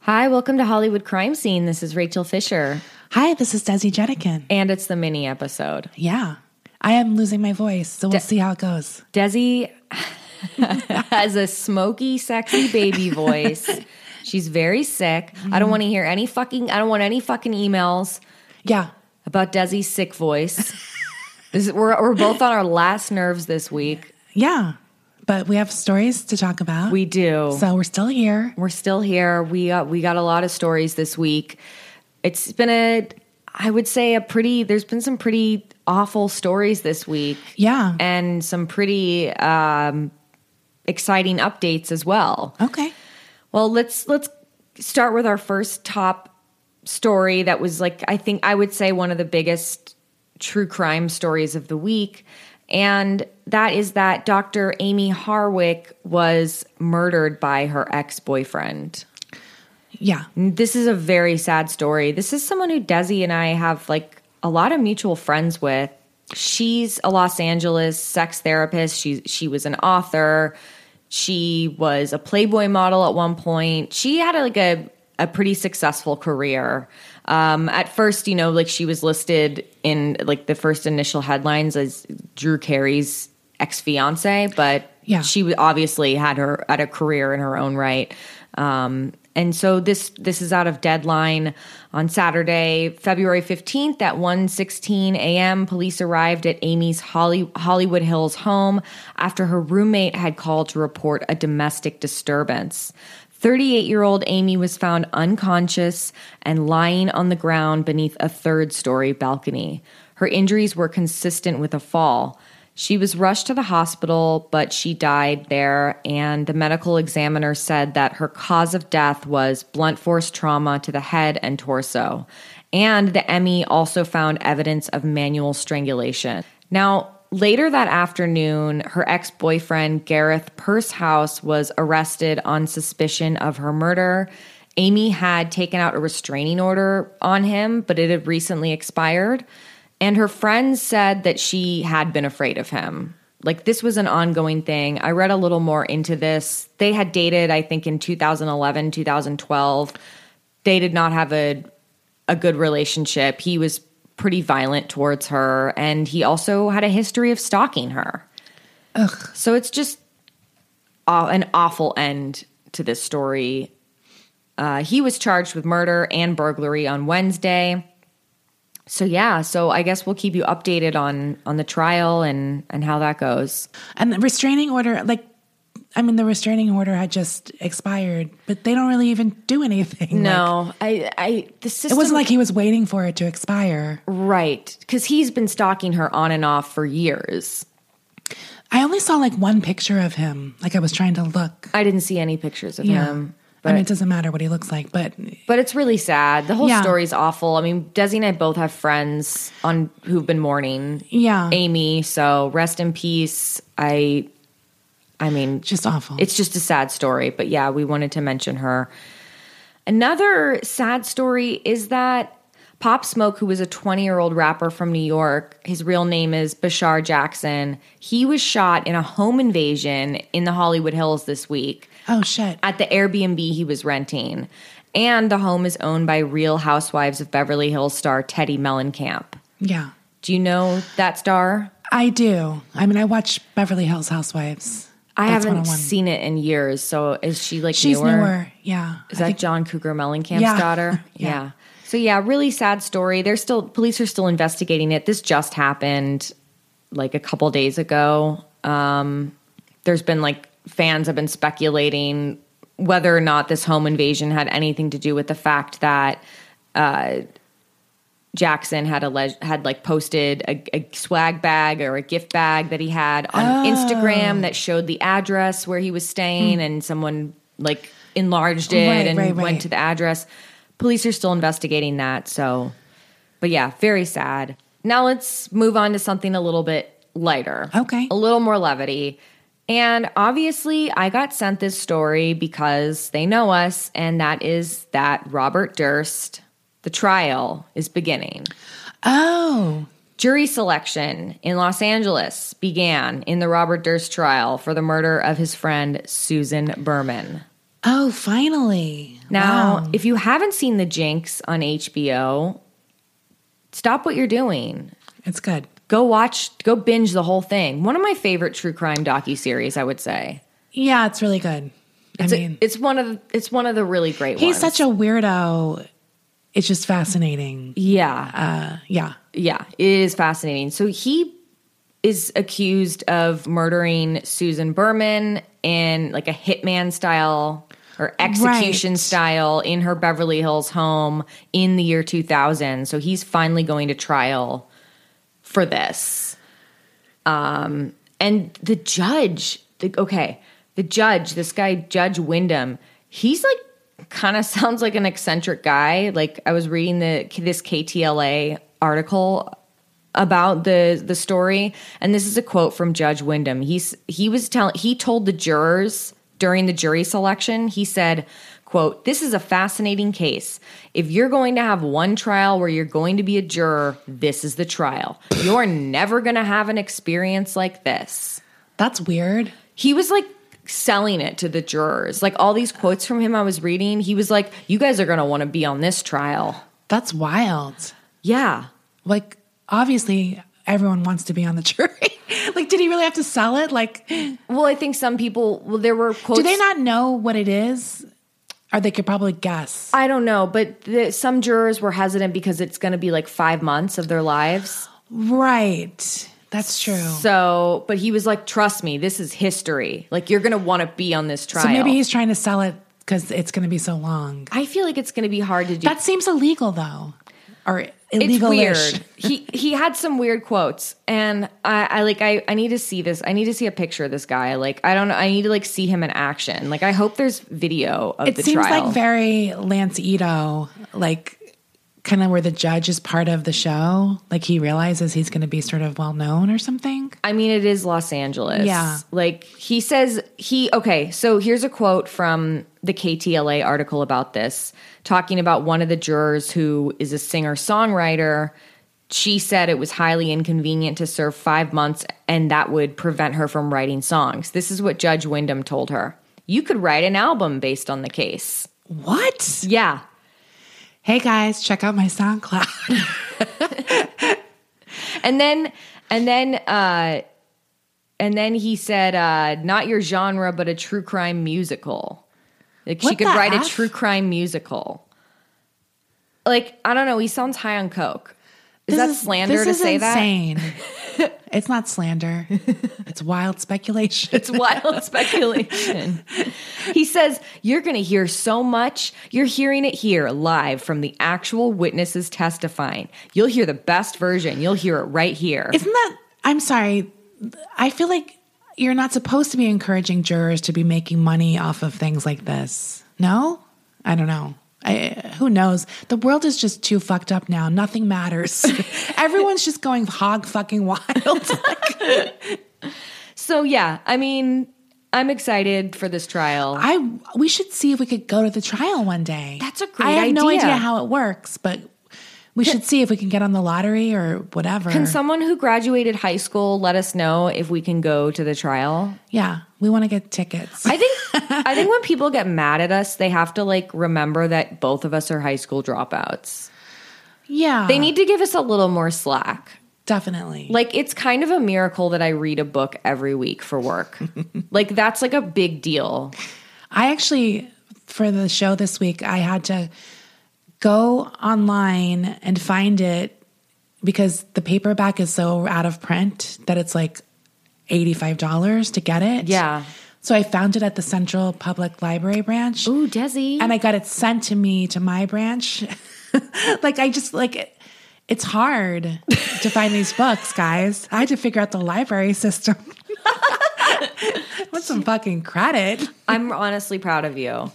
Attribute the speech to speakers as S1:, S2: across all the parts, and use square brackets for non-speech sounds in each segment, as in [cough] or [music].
S1: Hi, welcome to Hollywood Crime Scene. This is Rachel Fisher,
S2: Hi, this is Desi Jenikin.
S1: and it's the mini episode.
S2: Yeah, I am losing my voice, so we'll see how it goes.
S1: Desi [laughs] has a smoky, sexy baby voice. She's very sick. I don't want to hear any fucking. I don't want any fucking emails
S2: Yeah,
S1: about Desi's sick voice. [laughs] This is, we're we're both on our last nerves this week.
S2: yeah, but we have stories to talk about.
S1: We do.
S2: so we're still here.
S1: We're still here. We uh, we got a lot of stories this week. It's been a, I would say a pretty. There's been some pretty awful stories this week.
S2: Yeah.
S1: and some pretty um, exciting updates as well.
S2: Okay.
S1: Well, let's let's start with our first top story that was like I think I would say one of the biggest true crime stories of the week and that is that Dr. Amy Harwick was murdered by her ex-boyfriend.
S2: Yeah.
S1: This is a very sad story. This is someone who Desi and I have like a lot of mutual friends with. She's a Los Angeles sex therapist. She she was an author. She was a Playboy model at one point. She had like a a pretty successful career. Um, at first, you know, like she was listed in like the first initial headlines as Drew Carey's ex fiance, but
S2: Yeah.
S1: she she obviously had her had a career in her own right. Um, and so this this is out of deadline on Saturday, February fifteenth at 1.16 a.m. Police arrived at Amy's Holly, Hollywood Hills home after her roommate had called to report a domestic disturbance. 38 year old Amy was found unconscious and lying on the ground beneath a third story balcony. Her injuries were consistent with a fall. She was rushed to the hospital, but she died there. And the medical examiner said that her cause of death was blunt force trauma to the head and torso. And the Emmy also found evidence of manual strangulation. Now, later that afternoon, her ex boyfriend, Gareth Pursehouse, was arrested on suspicion of her murder. Amy had taken out a restraining order on him, but it had recently expired. And her friends said that she had been afraid of him. Like this was an ongoing thing. I read a little more into this. They had dated, I think, in 2011, 2012. They did not have a a good relationship. He was pretty violent towards her, and he also had a history of stalking her. Ugh. So it's just aw- an awful end to this story. Uh, he was charged with murder and burglary on Wednesday. So yeah, so I guess we'll keep you updated on on the trial and and how that goes.
S2: And the restraining order, like, I mean, the restraining order had just expired, but they don't really even do anything. Like,
S1: No, I I the
S2: it
S1: system
S2: wasn't like he was waiting for it to expire.
S1: right because he's been stalking her on and off for years.
S2: I only saw like one picture of him. Like, I was trying to look.
S1: I didn't see any pictures of him.
S2: I mean, it doesn't matter what he looks like, but
S1: But it's really sad. The whole
S2: Yeah.
S1: story's awful. I mean, Desi and I both have friends on who've been mourning
S2: yeah,
S1: Amy. So rest in peace. I, I mean,
S2: just awful.
S1: it's just a sad story. But yeah, we wanted to mention her. Another sad story is that Pop Smoke, who was a 20 year old rapper from New York, his real name is Bashar Jackson. He was shot in a home invasion in the Hollywood Hills this week
S2: oh shit.
S1: at the Airbnb he was renting. And the home is owned by Real Housewives of Beverly Hills star Teddy Mellencamp.
S2: yeah.
S1: Do you know that star?
S2: I do. I mean, I watch Beverly Hills Housewives.
S1: I
S2: That's
S1: haven't
S2: 101.
S1: seen it in years. So is she like
S2: She's
S1: newer?
S2: newer. Yeah.
S1: Is that John Cougar Mellencamp's
S2: Yeah.
S1: daughter? yeah.
S2: [laughs] Yeah.
S1: So yeah, really sad story. They're still police are still investigating it. This just happened like a couple days ago. Um, there's been like fans have been speculating whether or not this home invasion had anything to do with the fact that uh, Jackson had alleged had like posted a, a swag bag or a gift bag that he had on
S2: Oh.
S1: Instagram that showed the address where he was staying, and someone like enlarged it
S2: Hmm. Right,
S1: and
S2: right,
S1: went
S2: right.
S1: to the address. Police are still investigating that, so but yeah, very sad. Now let's move on to something a little bit lighter.
S2: Okay.
S1: A little more levity. And obviously, I got sent this story because they know us, and that is that Robert Durst, the trial is beginning.
S2: Oh,
S1: Jury selection in Los Angeles began in the Robert Durst trial for the murder of his friend Susan Berman.
S2: oh, finally.
S1: Now,
S2: Wow.
S1: if you haven't seen The Jinx on HBO, stop what you're doing.
S2: It's good.
S1: Go watch, go binge the whole thing. One of my favorite true crime docu-series, I would say.
S2: Yeah, it's really good.
S1: It's,
S2: I
S1: a-
S2: mean,
S1: it's one of the, it's one of the really great
S2: he's
S1: ones.
S2: such a weirdo. It's just fascinating.
S1: yeah.
S2: Uh, yeah.
S1: Yeah, it is fascinating. So he is accused of murdering Susan Berman in like a hitman style or execution
S2: Right.
S1: style in her Beverly Hills home in the year 2000. So he's finally going to trial for this. Um, and the judge, the, okay, the judge, this guy, Judge Wyndham, he's like kind of [laughs] sounds like an eccentric guy. Like I was reading the this KTLA article about the the story, and this is a quote from Judge Wyndham. He's he was telling he told the jurors during the jury selection. He said. Quote, this is a fascinating case. If you're going to have one trial where you're going to be a juror, this is the trial. You're never going to have an experience like this
S2: That's weird.
S1: he was like selling it to the jurors. Like all these quotes from him I was reading, he was like, You guys are going to want to be on this trial.
S2: That's wild.
S1: Yeah.
S2: Like, obviously, everyone wants to be on the [laughs] jury. like, did he really have to sell it? Like,
S1: Well, I think some people, well, there were quotes.
S2: do they not know what it is? Or they could probably guess.
S1: I don't know, but the, some jurors were hesitant because it's going to be like five months of their lives.
S2: Right. That's true. So,
S1: So, but he was like, Trust me, this is history. Like, you're going to want to be on this trial.
S2: maybe he's trying to sell it because it's going to be so long.
S1: I feel like it's going to be hard to do.
S2: That seems illegal, though. Or
S1: it's
S2: illegal
S1: weird. he he had some weird quotes, and I, I like I I need to see this. I need to see a picture of this guy. Like I don't know. I need to like see him in action. Like I hope there's video of
S2: It
S1: the
S2: seems
S1: trial.
S2: like very Lance Ito, like kind of where the judge is part of the show. Like he realizes he's going to be sort of well known or something.
S1: I mean, it is Los Angeles.
S2: Yeah.
S1: Like he says, he, okay, so here's a quote from the KTLA article about this, talking about one of the jurors who is a singer songwriter. She said it was highly inconvenient to serve five months and that would prevent her from writing songs. This is what Judge Wyndham told her. You could write an album based on the case.
S2: What?
S1: Yeah.
S2: Hey guys, check out my SoundCloud.
S1: and then and then uh and then he said uh not your genre but a true crime musical like she
S2: What
S1: could
S2: the
S1: write
S2: F?
S1: a true crime musical like i don't know he sounds high on coke [laughs] is that slander
S2: this
S1: to
S2: is
S1: say
S2: insane. it's not
S1: [laughs]
S2: slander. It's wild speculation.
S1: that it's
S2: [laughs]
S1: wild speculation he says you're gonna hear so much you're hearing it here live from the actual witnesses testifying you'll hear the best version you'll hear it right here
S2: Isn't that? I'm sorry. I feel like you're not supposed to be encouraging jurors to be making money off of things like this. No, I don't know. I, who knows? The world is just too fucked up now. Nothing [laughs] matters. Everyone's just going hog fucking wild.
S1: So yeah, I mean, I'm excited for this trial.
S2: [laughs] I we should see if we could go to the trial one day.
S1: That's a great
S2: I have no
S1: idea.
S2: idea how it works, but we should see if we can get on the lottery or whatever.
S1: Can someone who graduated high school let us know if we can go to the trial?
S2: yeah, we want to get tickets.
S1: I think I think when people get mad at us, they have to like remember that both of us are high school dropouts.
S2: yeah,
S1: They need to give us a little more slack.
S2: definitely.
S1: Like it's kind of a miracle that I read a book every week for [laughs] work. like that's like a big deal.
S2: I actually, for the show this week, I had to go online and find it because the paperback is so out of print that it's like $85 to get it.
S1: Yeah.
S2: So I found it at the Central Public Library branch
S1: Ooh, Desi.
S2: and I got it sent to me to my branch. [laughs] like, I just like it. It's hard to find these books, guys. I had to figure out the library system. [laughs] Want some fucking credit?
S1: I'm honestly proud of you.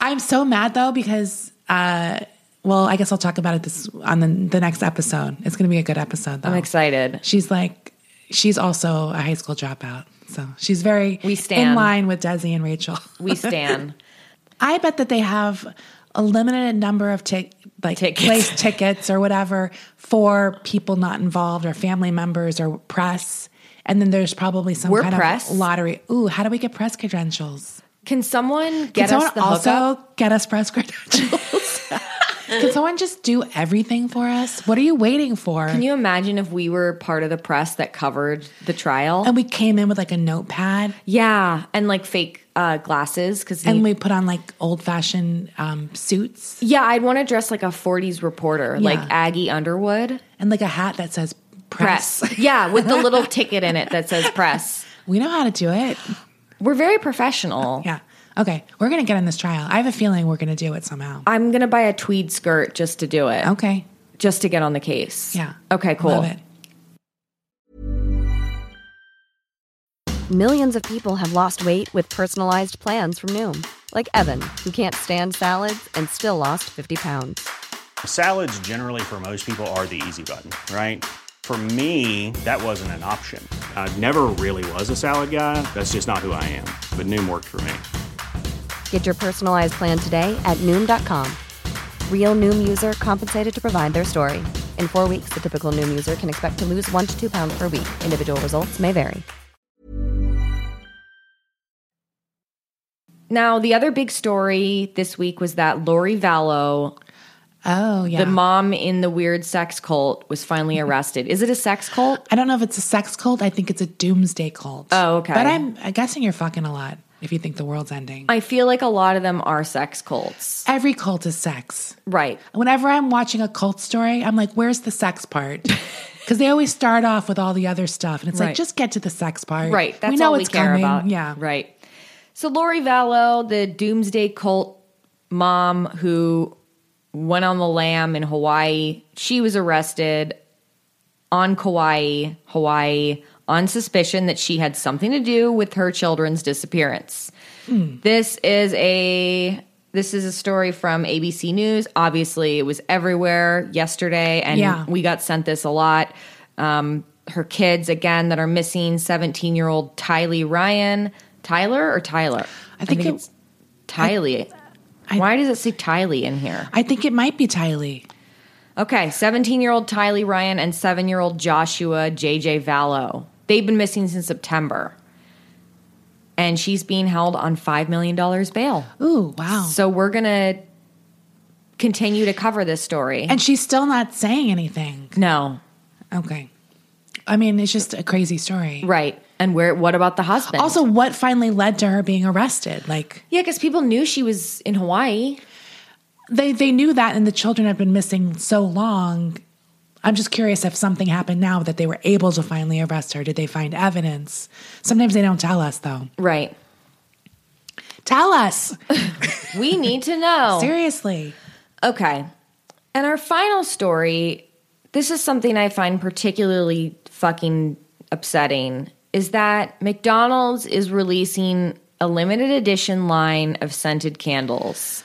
S2: I'm so mad though because uh well, I guess I'll talk about it this on the, the next episode. It's going to be a good episode though.
S1: I'm excited.
S2: She's like she's also a high school dropout. So, she's very
S1: We stand.
S2: in line with Desi and Rachel.
S1: We stand.
S2: I bet that they have a limited number of tic- like
S1: Tickets.
S2: place tickets or whatever for people not involved or family members or press. And then there's probably some
S1: We're
S2: kind
S1: press?
S2: of lottery. Ooh, how do we get press credentials?
S1: Can someone get
S2: Can
S1: us
S2: someone
S1: the
S2: also
S1: hookup?
S2: get us press credentials?
S1: [laughs]
S2: Can someone just do everything for us? What are you waiting for?
S1: Can you imagine if we were part of the press that covered the trial?
S2: and we came in with like a notepad
S1: yeah, and like fake uh, glasses because
S2: and we put on like old fashioned um, suits
S1: yeah, I'd want to dress like a '40s reporter, like
S2: Yeah.
S1: Aggie Underwood.
S2: and like a hat that says press.
S1: Press, yeah, with the little ticket in it that says press.
S2: [laughs] We know how to do it.
S1: We're very professional.
S2: Yeah. Okay. We're going to get in this trial. I have a feeling we're going to do it somehow.
S1: I'm gonna buy a tweed skirt just to do it,
S2: Okay.
S1: just to get on the case.
S2: Oh. Yeah.
S1: Okay. Cool.
S2: Love it.
S3: Millions of people have lost weight with personalized plans from Noom, like Evan, who can't stand salads and still lost 50 pounds.
S4: Salads, generally, for most people, are the easy button, right? For me, that wasn't an option. I never really was a salad guy. That's just not who I am. But Noom worked for me.
S3: Get your personalized plan today at Noom.com. Real Noom user compensated to provide their story. In four weeks, the typical Noom user can expect to lose one to two pounds per week. Individual results may vary.
S1: Now, the other big story this week was that Lori Vallow,
S2: Oh, yeah.
S1: the mom in the weird sex cult, was
S2: [laughs]
S1: finally arrested. Is it a sex cult?
S2: I don't know if it's a sex cult. I think it's a doomsday cult.
S1: Oh, okay.
S2: But I'm, I'm guessing you're fucking a lot if you think the world's ending.
S1: I feel like a lot of them are sex cults.
S2: Every cult is sex.
S1: Right.
S2: Whenever I'm watching a cult story, I'm like, where's the
S1: [laughs]
S2: sex part? Because they always start off with all the other stuff. And it's
S1: Right.
S2: like, just get to the sex part.
S1: Right. That's
S2: we know
S1: all
S2: it's
S1: we care
S2: coming.
S1: about.
S2: Yeah.
S1: Right. So Lori Vallow, the doomsday cult mom who went on the lam in Hawaii, she was arrested on Kauai, Hawaii, on suspicion that she had something to do with her children's disappearance. This is a this is a story from ABC News. Obviously, it was everywhere yesterday, and
S2: Yeah.
S1: we got sent this a lot. Um, her kids again that are missing: seventeen-year-old Tylee Ryan, Tyler or Tyler?
S2: I think, it,
S1: it's Tylee.
S2: I-
S1: Why does it say Tylee in here?
S2: I think it might be Tylee.
S1: Okay, 17 year old Tylee Ryan and 7 year old Joshua JJ Vallow. They've been missing since September. And she's being held on $5 million bail.
S2: Ooh, wow.
S1: So we're going to continue to cover this story.
S2: and she's still not saying anything.
S1: no,
S2: Okay. I mean, it's just a crazy story.
S1: right. And where? what about the husband?
S2: Also, what finally led to her being arrested? Like,
S1: yeah, because people knew she was in Hawaii.
S2: they they knew that and the children had been missing so long i'm just curious if something happened now that they were able to finally arrest her did they find evidence sometimes they don't tell us though
S1: Right.
S2: tell us
S1: We need to know.
S2: [laughs] seriously
S1: Okay. And our final story this is something I find particularly fucking upsetting is that McDonald's is releasing a limited edition line of scented candles.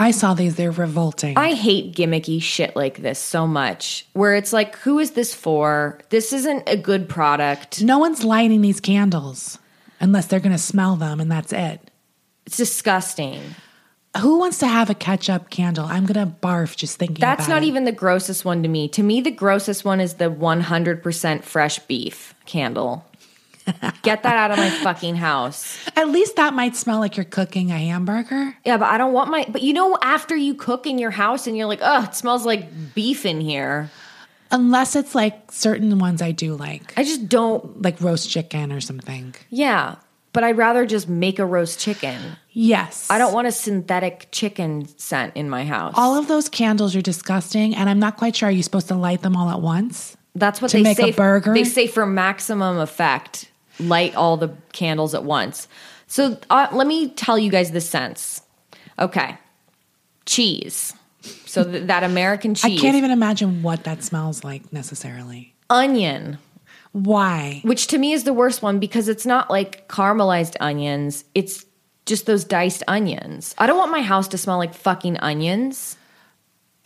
S2: i saw these they're revolting
S1: I hate gimmicky shit like this so much, where it's like, who is this for? This isn't a good product.
S2: no one's lighting these candles unless they're going to smell them and that's it
S1: It's disgusting.
S2: who wants to have a ketchup candle i'm going to barf just thinking
S1: That's
S2: about
S1: not
S2: it.
S1: even the grossest one to me. To me, the grossest one is the 100% fresh beef candle. Get that out of my fucking house.
S2: at least that might smell like you're cooking a hamburger
S1: Yeah, but I don't want my. But you know, after you cook in your house and you're like, oh, it smells like beef in here.
S2: unless it's like certain ones i do like
S1: I just don't.
S2: like roast chicken or something
S1: Yeah, but I'd rather just make a roast chicken.
S2: yes
S1: I don't want a synthetic chicken scent in my house.
S2: All of those candles are disgusting, and I'm not quite sure. Are you supposed to light them all at once?
S1: That's what
S2: to
S1: they
S2: make
S1: say.
S2: a burger?
S1: They say for maximum effect, light all the candles at once. So uh, let me tell you guys the sense. Okay, cheese. So th- that American cheese,
S2: I can't even imagine what that smells like necessarily.
S1: onion.
S2: Why?
S1: which to me is the worst one because it's not like caramelized onions. It's just those diced onions. I don't want my house to smell like fucking onions.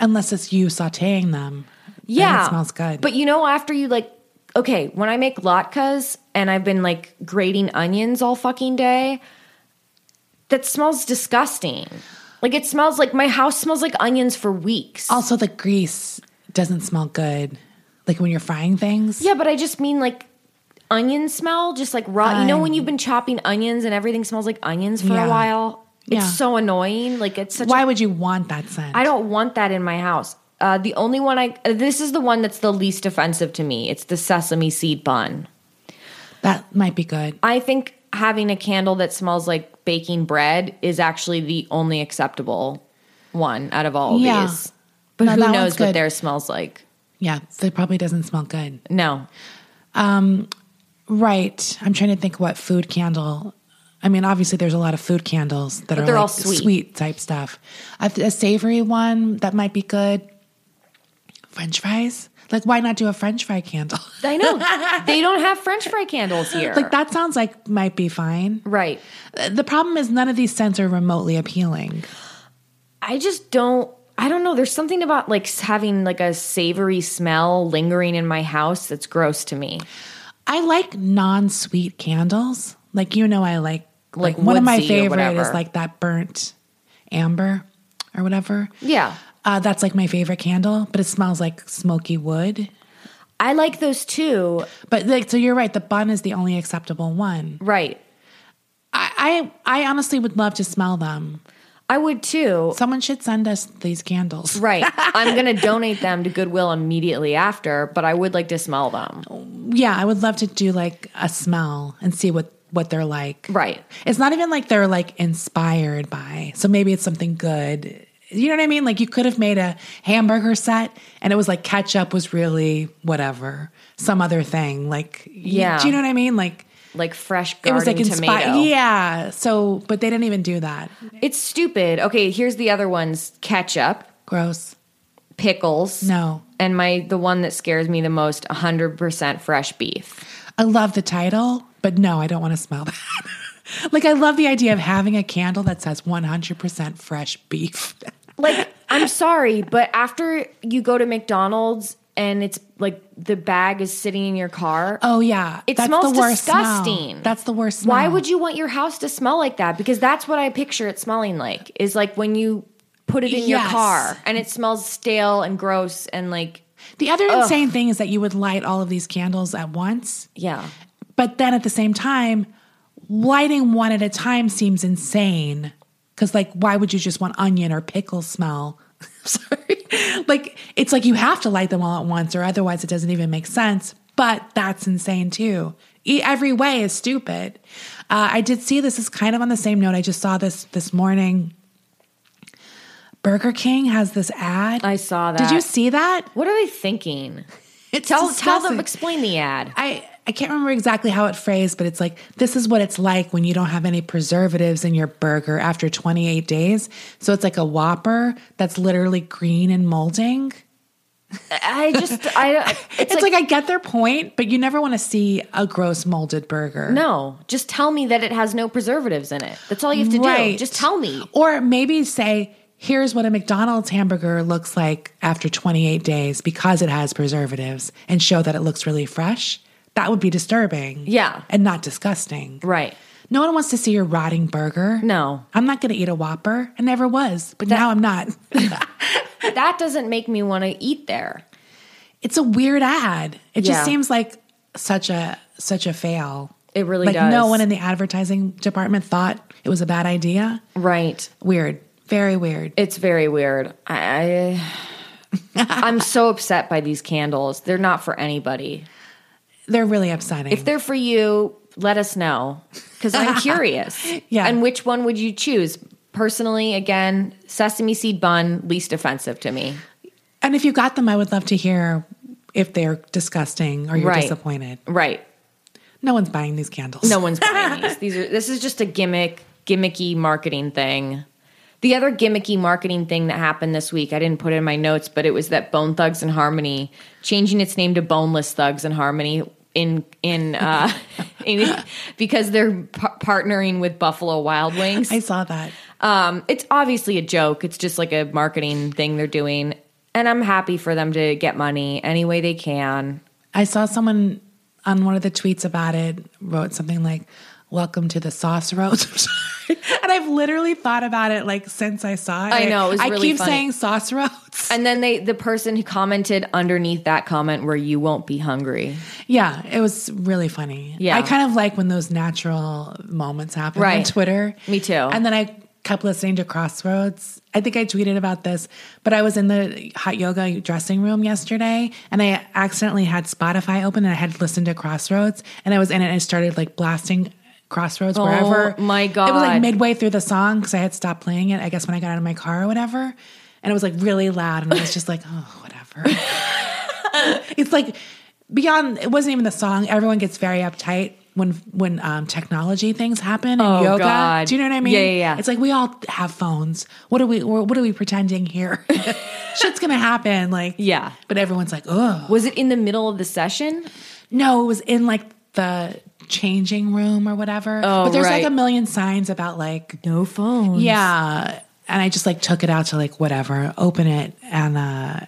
S2: Unless it's you sauteing them. then
S1: Yeah.
S2: it smells good.
S1: But you know, after you like, okay, when I make latkes and I've been like grating onions all fucking day, that smells disgusting. Like it smells like my house smells like onions for weeks.
S2: also, the grease doesn't smell good. Like when you're frying things.
S1: yeah, but I just mean like onion smell, just like raw. you know when you've been chopping onions and everything smells like onions for
S2: Yeah.
S1: a while.
S2: Yeah.
S1: It's so annoying. Like it's such.
S2: Why
S1: a,
S2: would you want that scent?
S1: I don't want that in my house. Uh, the only one I uh, this is the one that's the least offensive to me. It's the sesame seed bun.
S2: That might be good.
S1: I think having a candle that smells like baking bread is actually the only acceptable one out of all of
S2: Yeah.
S1: these. But
S2: No, that
S1: who
S2: one's
S1: knows what
S2: good.
S1: theirs smells like?
S2: Yeah, so it probably doesn't smell good.
S1: No,
S2: Right. I'm trying to think what food candle. I mean, obviously, there's a lot of food candles that are
S1: they're
S2: like
S1: all sweet.
S2: type stuff. A, a savory one that might be good. French fries. Like, why not do a French fry candle? [laughs]
S1: I know they don't have French fry candles here.
S2: like that sounds like might be fine.
S1: right?
S2: Uh, The problem is none of these scents are remotely appealing.
S1: I just don't. I don't know. There's something about like s- having like a savory smell lingering in my house that's gross to me.
S2: I like non-sweet candles. Like you know, I like
S1: Like
S2: like, one of my
S1: woodsy or
S2: favorite is
S1: whatever.
S2: like that burnt amber or whatever.
S1: Yeah.
S2: Uh, that's like my favorite candle, but it smells like smoky wood.
S1: I like those too.
S2: But like, so you're right. The bun is the only acceptable one.
S1: Right.
S2: I, I, I honestly would love to smell them.
S1: I would too.
S2: Someone should send us these candles.
S1: Right. I'm going to donate them to Goodwill immediately after, but I would like to smell them.
S2: Yeah, I would love to do like a smell and see what what they're like.
S1: Right.
S2: It's not even like they're like inspired by. So maybe it's something good. You know what I mean? Like you could have made a hamburger set and it was like ketchup was really whatever, some other thing. Like y-
S1: Yeah.
S2: Do you know what I mean? Like
S1: Like fresh
S2: it
S1: garden
S2: was like
S1: tomato.
S2: inspired. Yeah. So but they didn't even do that.
S1: It's stupid. Okay, here's the other ones. Ketchup,
S2: Gross.
S1: pickles.
S2: No.
S1: And my the one that scares me the most, 100% fresh beef.
S2: I love the title, but no, I don't want to smell [laughs] that. like I love the idea of having a candle that says 100% fresh beef.
S1: Like I'm sorry, but after you go to McDonald's and it's like the bag is sitting in your car.
S2: Oh yeah,
S1: It
S2: That's
S1: smells
S2: the worst smell.
S1: disgusting.
S2: That's the worst.
S1: Why
S2: smell.
S1: would you want your house to smell like that? Because that's what I picture it smelling like. Is like when you put it in your
S2: Yes.
S1: car and it smells stale and gross and like
S2: The other insane thing is that you would light all of these candles at once,
S1: yeah.
S2: but then at the same time, lighting one at a time seems insane. Because like, why would you just want onion or pickle smell? [laughs] Sorry, like it's like you have to light them all at once, or otherwise it doesn't even make sense. But that's insane too. E- Every way is stupid. Uh, I did see this is kind of on the same note. I just saw this this morning. Burger King has this ad.
S1: I saw
S2: Did you
S1: that.
S2: see that?
S1: What are they thinking?
S2: It's
S1: tell tell them
S2: disgusting.
S1: explain the
S2: [laughs]
S1: ad.
S2: I I can't remember exactly how it phrased, but it's like this is what it's like when you don't have any preservatives in your burger after 28 days. So it's like a Whopper that's literally green and molding.
S1: I just [laughs] I
S2: It's,
S1: it's,
S2: like,
S1: like,
S2: I get their point, but you never want to see a gross molded burger.
S1: no, just tell me that it has no preservatives in it. That's all you have to do.
S2: Right.
S1: Just tell me.
S2: Or maybe say, here's what a McDonald's hamburger looks like after 28 days because it has preservatives and show that it looks really fresh. That would be disturbing.
S1: Yeah.
S2: And not disgusting.
S1: Right.
S2: No one wants to see your rotting burger.
S1: No.
S2: I'm not going to eat a Whopper. I never was, but now I'm not. [laughs]
S1: That doesn't make me want to eat there.
S2: it's a weird ad. It
S1: Yeah.
S2: just seems like such a such a fail.
S1: It really
S2: like
S1: does.
S2: no one in the advertising department thought it was a bad idea.
S1: Right.
S2: Weird. Very weird.
S1: It's very weird. I, I [sighs] I'm so upset by these candles. They're not for anybody.
S2: They're really upsetting.
S1: If they're for you, let us know because I'm curious.
S2: Yeah.
S1: And which one would you choose? Personally, again, sesame seed bun least offensive to me.
S2: and if you got them, I would love to hear if they're disgusting or you're
S1: Right.
S2: disappointed.
S1: Right.
S2: No one's buying these candles.
S1: No one's buying these. These are this is just a gimmick, gimmicky marketing thing. The other gimmicky marketing thing that happened this week, I didn't put it in my notes, but it was that Bone Thugs and Harmony changing its name to Boneless Thugs and Harmony in in uh [laughs] in, because they're par- partnering with Buffalo Wild Wings.
S2: [laughs] I saw that.
S1: Um, it's obviously a joke. It's just like a marketing thing they're doing, and I'm happy for them to get money any way they can.
S2: I saw someone on one of the tweets about it wrote something like, Welcome to the sauce roast. [laughs] and I've literally thought about it like since I saw it.
S1: I know, it was
S2: I
S1: really
S2: keep
S1: funny.
S2: saying sauce roads.
S1: And then they the person who commented underneath that comment where you won't be hungry.
S2: Yeah, it was really funny.
S1: Yeah.
S2: I kind of like when those natural moments happen on
S1: Right.
S2: Twitter.
S1: Me too.
S2: And then I kept listening to Crossroads. I think I tweeted about this, but I was in the hot yoga dressing room yesterday and I accidentally had Spotify open and I had listened to Crossroads and I was in it and I started like blasting Crossroads wherever.
S1: Oh my
S2: It was like
S1: God.
S2: midway through the song because I had stopped playing it, I guess when I got out of my car or whatever. And it was like really loud and I was just like, oh, whatever. it's like beyond it wasn't even the song everyone gets very uptight when when um, technology things happen and
S1: Oh,
S2: yoga
S1: God.
S2: do you know what i mean
S1: Yeah, yeah, yeah.
S2: it's like we all have phones what are we what are we pretending here [laughs] shit's gonna happen like
S1: Yeah.
S2: but everyone's like oh
S1: Was it in the middle of the session?
S2: no it was in like the changing room or whatever
S1: Oh,
S2: but there's like
S1: right.
S2: a million signs about like
S1: No phone.
S2: yeah and i just like took it out to like whatever open it and uh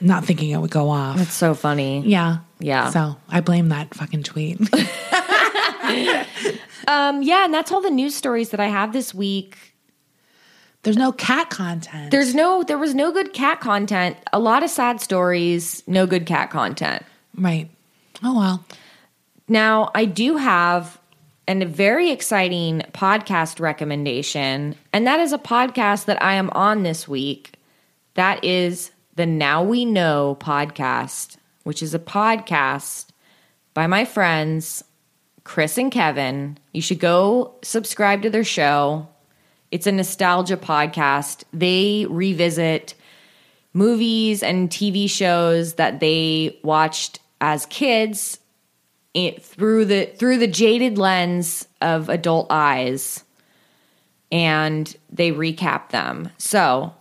S2: not thinking it would go off
S1: That's so funny.
S2: yeah.
S1: Yeah.
S2: So I blame that fucking tweet. [laughs]
S1: Um yeah, and that's all the news stories that I have this week.
S2: There's no cat content.
S1: There's no there was no good cat content. A lot of sad stories, no good cat content.
S2: right. Oh, well.
S1: Now, I do have an- a very exciting podcast recommendation, and that is a podcast that I am on this week. That is the Now We Know podcast, which is a podcast by my friends, Chris and Kevin. You should go subscribe to their show. It's a nostalgia podcast. They revisit movies and TV shows that they watched as kids it, through the through the jaded lens of adult eyes and they recap them. So,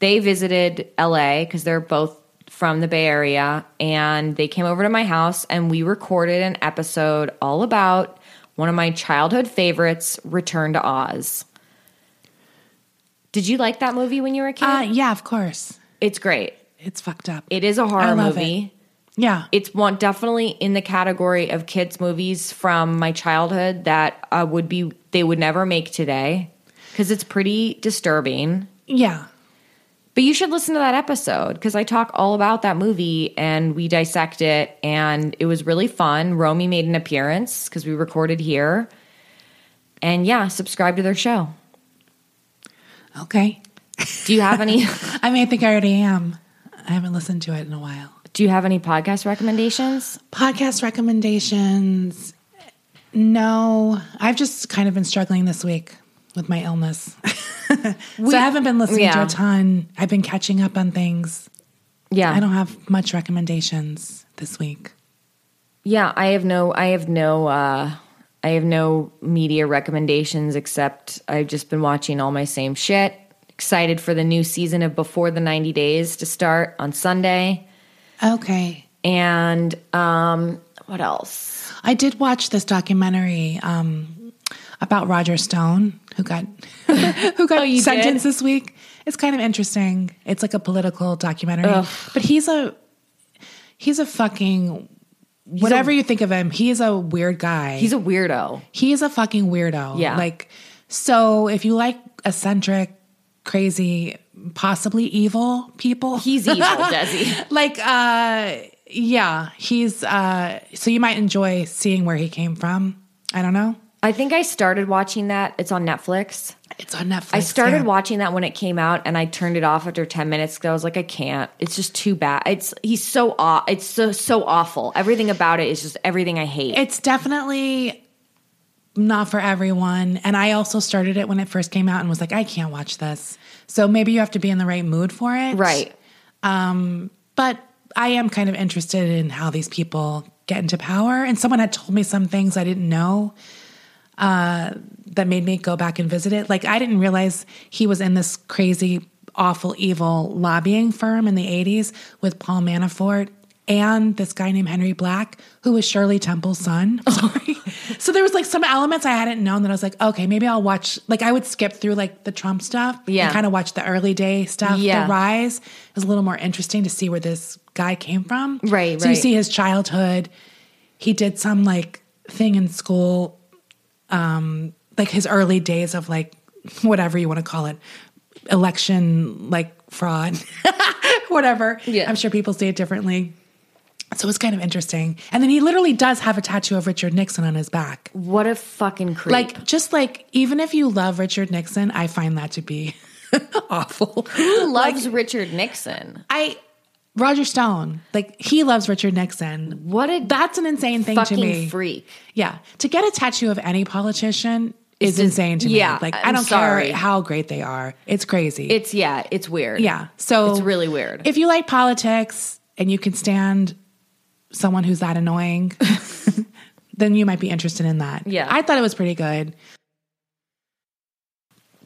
S1: they visited LA cuz they're both from the Bay Area and they came over to my house and we recorded an episode all about one of my childhood favorites, Return to Oz. Did you like that movie when you were a kid?
S2: Uh, yeah, of course.
S1: It's great.
S2: It's fucked up.
S1: It is a horror
S2: I love
S1: movie.
S2: yeah.
S1: It's one definitely in the category of kids movies from my childhood that uh, would be they would never make today because it's pretty disturbing.
S2: yeah.
S1: But you should listen to that episode because I talk all about that movie and we dissect it, and it was really fun. Romy made an appearance because we recorded here, and yeah, subscribe to their show.
S2: Okay.
S1: Do you have any? [laughs]
S2: I mean, I think I already am. I haven't listened to it in a while.
S1: do you have any podcast recommendations?
S2: Podcast recommendations. No, I've just kind of been struggling this week with my illness. [laughs] so I haven't been listening to
S1: yeah.
S2: a ton. I've been catching up on things.
S1: Yeah,
S2: I don't have much recommendations this week.
S1: Yeah, I have no I have no uh I have no media recommendations except I've just been watching all my same shit. Excited for the new season of Before the 90 Days to start on Sunday.
S2: Okay.
S1: And um what else?
S2: I did watch this documentary um, about Roger Stone, who got [laughs] who got
S1: Oh, you
S2: sentenced
S1: did?
S2: this week. It's kind of interesting. It's like a political documentary, but he's a he's a fucking whatever you think of him. He is a weird guy.
S1: He's a weirdo.
S2: He is a fucking weirdo.
S1: Yeah.
S2: Like, so if you like eccentric, crazy, possibly evil people,
S1: He's
S2: [laughs]
S1: evil, Desi.
S2: like, uh, yeah, he's, uh, so you might enjoy seeing where he came from. I don't know.
S1: I think I started watching that. It's on Netflix.
S2: It's on Netflix.
S1: I started
S2: yeah.
S1: watching that when it came out, and I turned it off after ten minutes because I was like, I can't. It's just too bad. It's he's so aw- It's so so awful. Everything about it is just everything I hate.
S2: It's definitely not for everyone. And I also started it when it first came out and was like, I can't watch this. So maybe you have to be in the right mood for it.
S1: Right.
S2: but I am kind of interested in how these people get into power. And someone had told me some things I didn't know uh, that made me go back and visit it. Like I didn't realize he was in this crazy, awful, evil lobbying firm in the '80s with Paul Manafort and this guy named Henry Black, who was Shirley Temple's son. Sorry. [laughs] so there was like some elements I hadn't known that I was like, okay, maybe I'll watch. Like I would skip through like the Trump stuff.
S1: Yeah.
S2: And kind of watch the early day stuff.
S1: Yeah.
S2: The rise it was a little more interesting to see where this guy came from.
S1: Right,
S2: So you
S1: right.
S2: see his childhood. He did some like thing in school um, like his early days of like whatever you want to call it, election like fraud, [laughs] whatever.
S1: Yeah.
S2: I'm sure people see it differently. So it's kind of interesting. And then he literally does have a tattoo of Richard Nixon on his back.
S1: What a fucking creep.
S2: Like, just like, even if you love Richard Nixon, I find that to be [laughs] awful.
S1: who loves Richard Nixon?
S2: I, Roger Stone, like, he loves Richard Nixon.
S1: What a
S2: That's an insane thing to me.
S1: fucking freak.
S2: Yeah. To get a tattoo of any politician is insane to me.
S1: yeah,
S2: Like, I
S1: I'm
S2: don't
S1: sorry.
S2: care how great they are. It's crazy.
S1: It's yeah, it's weird.
S2: yeah. So
S1: It's really weird.
S2: If you like politics and you can stand someone who's that annoying, [laughs] then you might be interested in that.
S1: Yeah.
S2: I thought it was pretty good.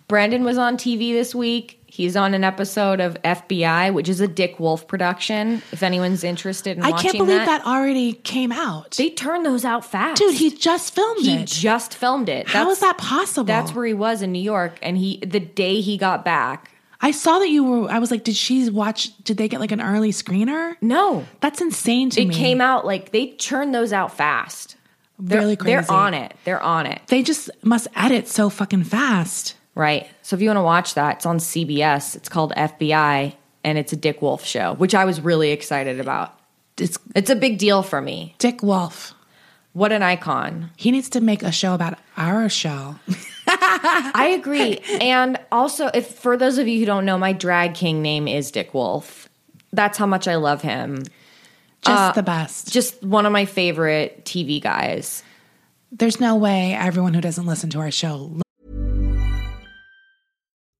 S1: Brandon was on TV this week. He's on an episode of FBI, which is a Dick Wolf production. If anyone's interested in
S2: I
S1: watching
S2: can't believe that, already came out.
S1: they turned those out fast.
S2: Dude, he just filmed
S1: he
S2: it.
S1: just filmed it.
S2: How
S1: That's-
S2: is that possible?
S1: That's where he was in New York, and he the day he got back.
S2: I saw that you were. I was like, did she watch? Did they get like an early screener?
S1: No,
S2: That's insane to
S1: it
S2: me.
S1: came out like they churned those out fast. They're,
S2: really crazy.
S1: They're on it. They're on it.
S2: They just must edit so fucking fast.
S1: Right. So if you want to watch that, it's on CBS. It's called FBI, and it's a Dick Wolf show, which I was really excited about.
S2: It's
S1: It's a big deal for me.
S2: Dick Wolf.
S1: What an icon.
S2: He needs to make a show about our show.
S1: I agree. And also, if for those of you who don't know, my drag king name is Dick Wolf. That's how much I love him.
S2: Just
S1: Uh,
S2: the best.
S1: Just one of my favorite TV guys.
S2: There's no way everyone who doesn't listen to our show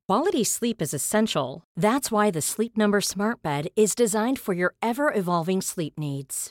S5: Quality sleep is essential. That's why the Sleep Number Smart Bed is designed for your ever evolving sleep needs.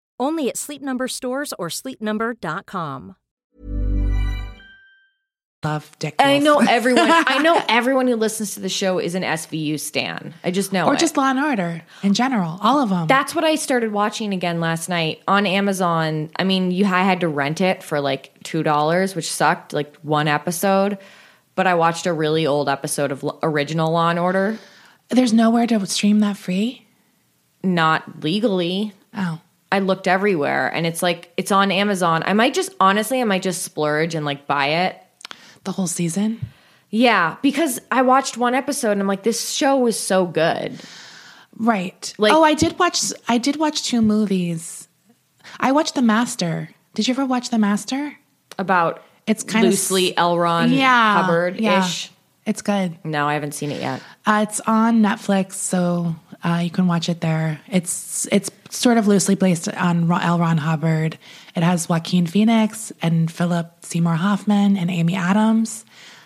S5: Only at Sleep Number stores or sleepnumber.com.
S2: love Dick Wolf.
S1: I know everyone.
S2: [laughs]
S1: I know everyone who listens to the show is an SVU stan. I just know
S2: or
S1: it.
S2: just Law and Order in general, all of them.
S1: That's what I started watching again last night on Amazon. I mean, you I had to rent it for like two dollars, which sucked. Like one episode, but I watched a really old episode of L- original Law and Order,
S2: There's nowhere to stream that free.
S1: not legally.
S2: Oh,
S1: I looked everywhere, and it's like it's on Amazon. I might just honestly, I might just splurge and like buy it.
S2: the whole season.
S1: Yeah, because I watched one episode and I'm like, this show was so good.
S2: Right.
S1: Like-
S2: oh, I did watch. I did watch two movies. I watched The Master. Did you ever watch The Master?
S1: About
S2: It's kind of
S1: loosely Elron
S2: yeah,
S1: Hubbard ish.
S2: Yeah. It's good.
S1: No, I haven't seen it yet.
S2: Uh, it's on Netflix, so uh, you can watch it there. It's it's sort of loosely based on Ro- L. Ron Hubbard. It has Joaquin Phoenix and Philip Seymour Hoffman and Amy Adams,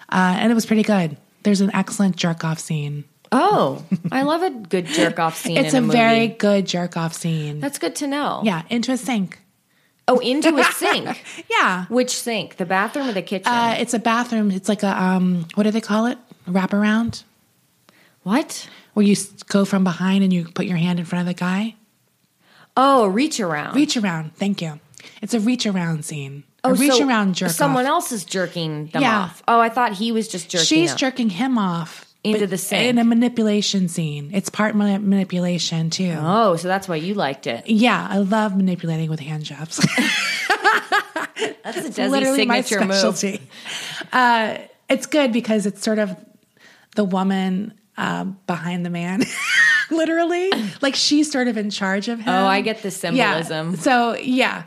S2: uh, and it was pretty good. There's an excellent jerk off scene.
S1: Oh, I love a good jerk off scene.
S2: It's
S1: in
S2: a,
S1: a, movie.
S2: very good jerk off scene.
S1: That's good to know.
S2: yeah, into a sink.
S1: Oh,
S2: [laughs]
S1: into a sink.
S2: Yeah,
S1: Which sink? The bathroom or the kitchen?
S2: uh, it's a bathroom. It's like a um, what do they call it? Wraparound,
S1: what?
S2: where you s- go from behind and you put your hand in front of the guy.
S1: Oh, a reach around.
S2: Reach around. Thank you. It's a reach around scene.
S1: Oh,
S2: a reach
S1: so
S2: around jerk.
S1: Someone
S2: off.
S1: else is jerking them
S2: Yeah.
S1: off. Oh, I thought he was just jerking.
S2: She's
S1: up.
S2: jerking him off
S1: Into
S2: but
S1: the sink.
S2: in a manipulation scene. It's part ma- manipulation too.
S1: Oh, so that's why you liked it.
S2: Yeah, I love manipulating with hand jobs. [laughs]
S1: That's a Desi
S2: Literally my
S1: signature move.
S2: specialty. [laughs] Uh, it's good because it's sort of the woman uh, behind the man. [laughs] Literally, like she's sort of in charge of him.
S1: Oh, I get the
S2: Yeah.
S1: symbolism.
S2: So yeah,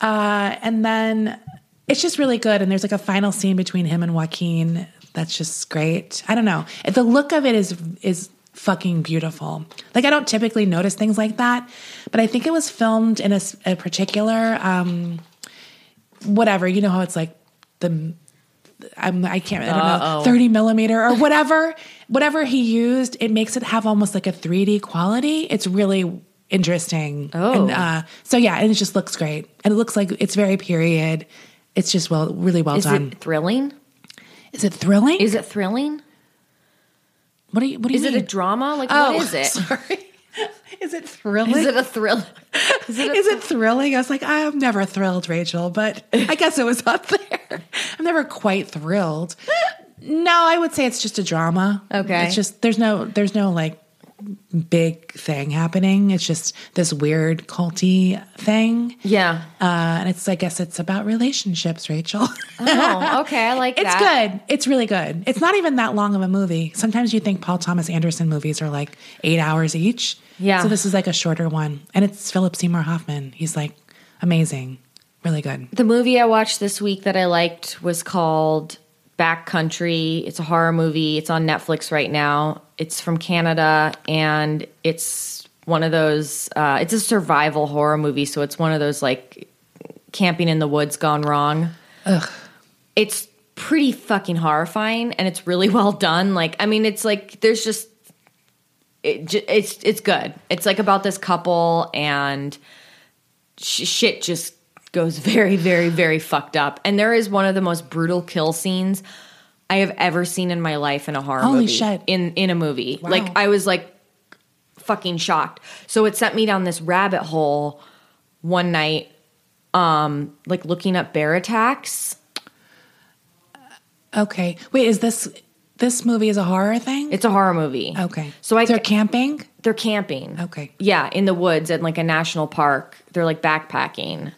S2: uh, and then it's just really good. And there's like a final scene between him and Joaquin that's just great. I don't know. The look of it is is fucking beautiful. Like I don't typically notice things like that, but I think it was filmed in a, s- a particular um, whatever. You know how it's like the. I'm, I can't. I don't know. Thirty millimeter or whatever, whatever he used, it makes it have almost like a 3D quality. It's really interesting.
S1: Oh.
S2: and, uh, so yeah, and it just looks great, and it looks like it's very period. It's just well, really well
S1: Is
S2: done.
S1: it thrilling?
S2: Is it thrilling?
S1: Is it thrilling?
S2: what do you What do you
S1: Is it
S2: mean?
S1: a drama? Like
S2: Oh,
S1: what is it?
S2: [laughs] Sorry. Is it thrilling?
S1: Is it a
S2: [laughs]
S1: thriller? Is it a
S2: Is it thrilling? I was like, I'm never thrilled, Rachel, but
S1: [laughs]
S2: I guess it was up there. I'm never quite thrilled. No, I would say it's just a drama.
S1: Okay.
S2: It's just there's no there's no like big thing happening. It's just this weird culty thing.
S1: yeah.
S2: Uh, and it's I guess it's about relationships, Rachel. [laughs]
S1: Oh, okay. I like
S2: It's
S1: that.
S2: good. It's really good. It's not even that long of a movie. Sometimes you think Paul Thomas Anderson movies are like eight hours each.
S1: Yeah.
S2: So this is like a shorter one. And it's Philip Seymour Hoffman. He's like amazing. Really good.
S1: The movie I watched this week that I liked was called Backcountry. It's a horror movie. It's on Netflix right now. It's from Canada and it's one of those uh, it's a survival horror movie, so it's one of those like camping in the woods gone wrong. Ugh. It's pretty fucking horrifying and it's really [laughs] well done. Like I mean it's like there's just it, ju- it's it's good. It's like about this couple and sh- shit just goes [laughs] very, very, very fucked up. And there is one of the most brutal kill scenes I have ever seen in my life in a horror
S2: Holy
S1: movie.
S2: shit.
S1: In in a movie, like I was like fucking shocked. So it sent me down this rabbit hole one night, um, like looking up bear attacks.
S2: Okay. Wait, is this this movie is a horror thing?
S1: It's a horror movie.
S2: okay.
S1: So I
S2: they're camping?
S1: they're camping.
S2: Okay.
S1: Yeah, in the woods at like a national park. They're like backpacking.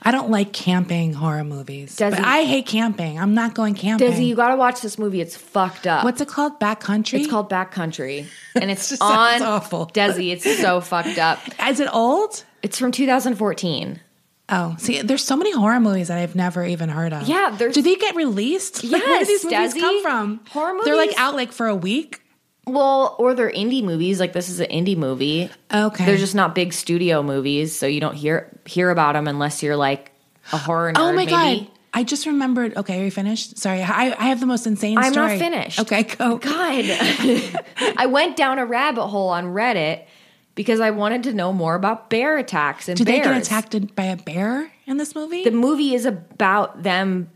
S2: I don't like camping horror movies.
S1: Desi-
S2: but I hate camping. I'm not going camping.
S1: Dizzy, you gotta watch this movie. It's fucked up.
S2: What's it called? Backcountry?
S1: It's called
S2: [laughs]
S1: Backcountry, and it's
S2: Just
S1: on
S2: sounds awful.
S1: Desi. It's
S2: [laughs]
S1: so fucked up.
S2: Is it old?
S1: It's from 2014.
S2: Oh, see, there's so many horror movies that I've never even heard of.
S1: Yeah, there's-
S2: do they get released? Like, where do
S1: Yes,
S2: these movies
S1: Desi.
S2: come from?
S1: Horror
S2: They're
S1: movies?
S2: like out like for a week.
S1: Well, or they're indie movies. Like this is an indie movie.
S2: Okay.
S1: They're just not big studio movies, so you don't hear hear about them unless you're like a horror. Nerd,
S2: Oh my
S1: maybe.
S2: god! I just remembered. Okay, are you finished? Sorry, I, I have the most insane.
S1: I'm not
S2: story.
S1: finished.
S2: Okay, go.
S1: God. [laughs] I went down a rabbit hole on Reddit because I wanted to know more about bear attacks and
S2: Do they
S1: bears.
S2: get attacked by a bear in this movie?
S1: the movie is about them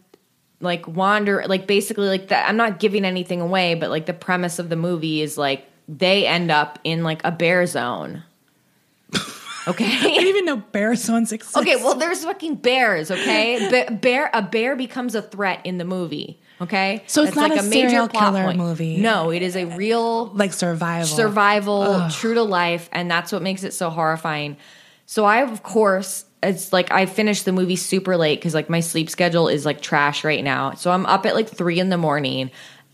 S1: like wander like basically like that i'm not giving anything away but like the premise of the movie is like they end up in like a bear
S2: [laughs]
S1: zone
S2: I didn't
S1: okay
S2: even know bear zones exists.
S1: okay well there's fucking bears okay Ba- bear a bear becomes a threat in the movie okay
S2: So it's
S1: That's
S2: not a serial killer movie.
S1: no it is a real
S2: like survival.
S1: survival, true to life, and that's what makes it so horrifying. So I, of course, it's like I finished the movie super late because like my sleep schedule is like trash right now. So I'm up at like three in the morning,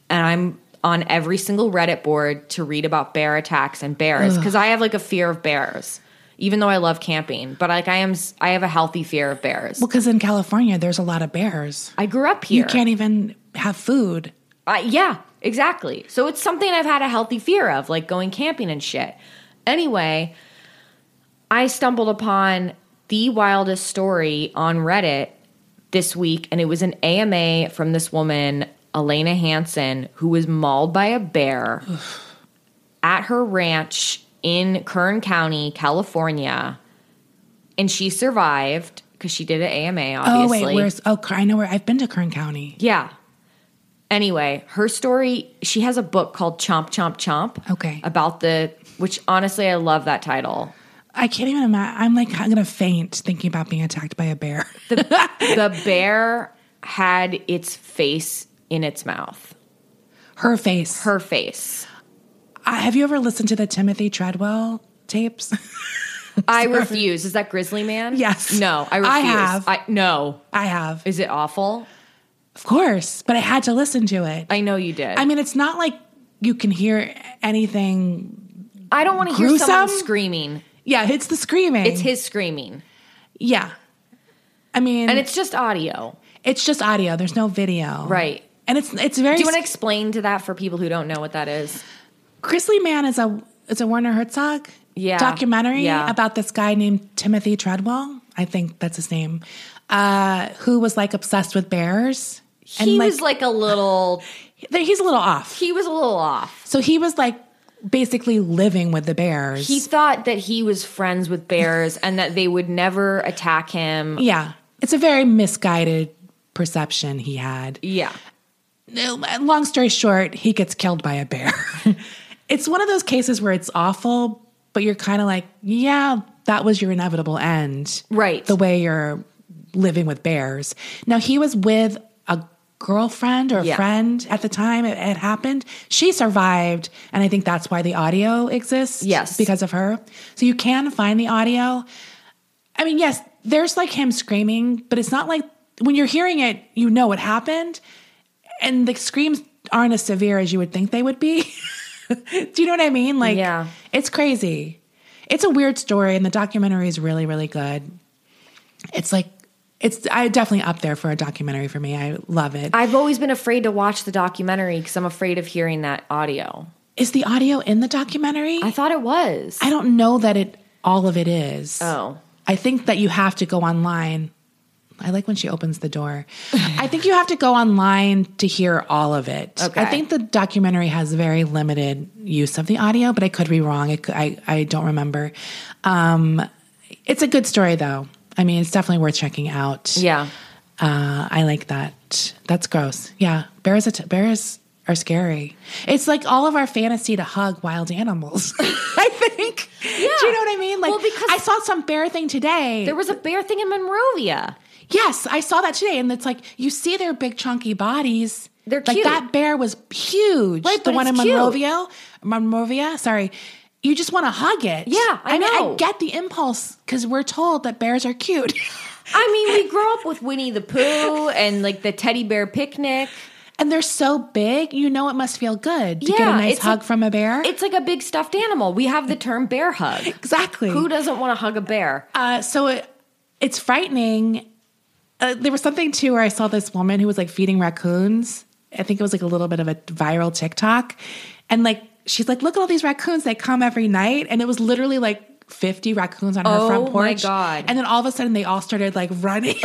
S1: and I'm on every single Reddit board to read about bear attacks and bears because I have like a fear of bears. Even though I love camping, but like I am, s- I have a healthy fear of bears.
S2: Because in California, there's a lot of bears.
S1: I grew up here.
S2: You can't even have food.
S1: I, yeah, exactly. So it's something I've had a healthy fear of, like going camping and shit. Anyway, I stumbled upon the wildest story on Reddit this week, and it was an AMA from this woman, Elena Hansen, who was mauled by a bear [sighs] at her ranch in Kern County, California. And she survived because she did an AMA, obviously.
S2: Oh wait, where's? Oh, I know where. I've been to Kern County.
S1: Yeah. Anyway, her story, she has a book called Chomp Chomp Chomp.
S2: Okay.
S1: About the which honestly I love that
S2: [laughs]
S1: title.
S2: I can't even imagine. I'm like, I'm gonna faint thinking about being attacked by a bear. [laughs]
S1: The bear had its face in its mouth.
S2: Her face.
S1: Her
S2: [laughs]
S1: face.
S2: I, have you ever listened to the Timothy Treadwell tapes? [laughs]
S1: I refuse. Is that Grizzly Man?
S2: Yes.
S1: No, I refuse.
S2: I have.
S1: I no.
S2: I have,
S1: Is it awful?
S2: of course, but I had to listen to it. I,
S1: I know you did.
S2: mean, it's not like you can hear anything.
S1: I don't want to hear someone
S2: gruesome?
S1: screaming.
S2: Yeah, it's the screaming.
S1: It's his screaming.
S2: Yeah, I mean,
S1: And it's just audio.
S2: it's just audio. There's no video,
S1: Right.
S2: And it's it's very.
S1: Do you want to explain to that for people who don't know what that is?
S2: Chrisley Man is a is a Werner Herzog
S1: Yeah.
S2: documentary
S1: Yeah.
S2: about this guy named Timothy Treadwell. I think that's his name, uh, who was like obsessed with bears.
S1: He was like a little
S2: th- he's a little off.
S1: he was a little off.
S2: So he was like basically living with the bears.
S1: He thought that he was friends with bears
S2: [laughs]
S1: and that they would never attack him.
S2: yeah, it's a very misguided perception he had.
S1: Yeah.
S2: long story short, he gets killed by a bear. [laughs] it's one of those cases where it's awful, but you're kind of like, yeah, that was your inevitable end.
S1: Right.
S2: The way you're living with bears. Now, he was with a girlfriend or
S1: Yeah.
S2: friend at the time it, it happened. She survived, and I think that's why the audio exists.
S1: Yes.
S2: Because of her. So you can find the audio. I mean, yes, there's like him screaming, but it's not like when you're hearing it, you know what happened, and the screams aren't as severe as you would think they would be. [laughs] Do you know what I mean? Like,
S1: Yeah.
S2: it's crazy. It's a weird story, and the documentary is really, really good. It's like, it's I definitely up there for a documentary for me. I love it.
S1: I've always been afraid to watch the documentary because I'm afraid of hearing that audio.
S2: Is the audio in the documentary?
S1: I thought it was.
S2: I don't know that it all of it is.
S1: Oh.
S2: I think that you have to go online. I like when she opens
S1: [laughs]
S2: the door. I think you have to go online to hear all of it.
S1: Okay.
S2: I think the documentary has very limited use of the audio, but I could be wrong. I, cou- I, I don't remember. Um, it's a good story, though. I mean, it's definitely worth checking out.
S1: yeah.
S2: Uh, I like that. That's gross. Yeah, bears. Are t- bears are scary. It's like all of our fantasy to hug wild animals. [laughs] I think. Do you know what I mean? Like,
S1: Well, because-
S2: I saw some bear thing today.
S1: There was a bear thing in Monrovia.
S2: yes, I saw that today, and it's like you see their big chunky bodies.
S1: They're
S2: like
S1: cute.
S2: that bear was huge.
S1: Right,
S2: the
S1: but
S2: one
S1: it's
S2: in
S1: cute.
S2: Monrovia, Monrovia. Sorry. You just want to hug it.
S1: Yeah, I
S2: mean, I
S1: know.
S2: get the impulse because we're told that bears are cute. [laughs]
S1: I mean, we grow up with Winnie the Pooh and like the teddy bear picnic.
S2: And they're so big, you know it must feel good to get a
S1: Yeah,
S2: nice
S1: it's
S2: hug
S1: like-
S2: from a bear.
S1: It's like a big stuffed animal. We have the term bear hug.
S2: exactly.
S1: Who doesn't want to hug a bear?
S2: uh, so it, it's frightening. Uh, there was something too where I saw this woman who was like feeding raccoons. I think it was like a little bit of a viral TikTok, and like she's like, "Look at all these raccoons! They come every night," and it was literally like. 50 raccoons on her
S1: Oh
S2: front
S1: my
S2: porch.
S1: God.
S2: And then all of a sudden they all started like
S1: [laughs]
S2: running.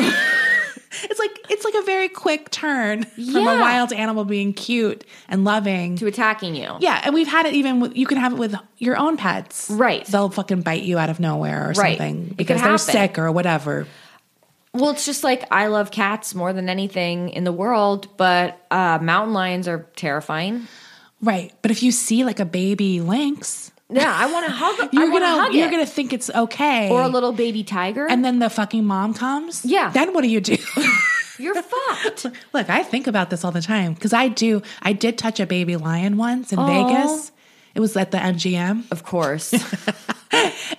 S2: it's like it's like a very quick turn from a
S1: Yeah.
S2: wild animal being cute and loving
S1: To attacking you.
S2: Yeah, and we've had it even with, you can have it with your own pets.
S1: Right.
S2: They'll fucking bite you out of nowhere or
S1: Right. It
S2: something
S1: could
S2: because they're
S1: happen.
S2: sick or whatever.
S1: Well, it's just like I love cats more than anything in the world, but uh, mountain lions are terrifying.
S2: Right. But if you see like a baby lynx,
S1: Yeah, I want to
S2: [laughs]
S1: hug.
S2: you're
S1: I want to
S2: gonna
S1: hug
S2: you're
S1: it.
S2: gonna think it's okay.
S1: or a little baby tiger,
S2: and
S1: and
S2: then the fucking mom comes.
S1: Yeah.
S2: Then what do you do? [laughs]
S1: you're fucked.
S2: Look, I think about this all the time because I do. I did touch a baby lion once in Vegas. It was at the MGM.
S1: Of [laughs] course,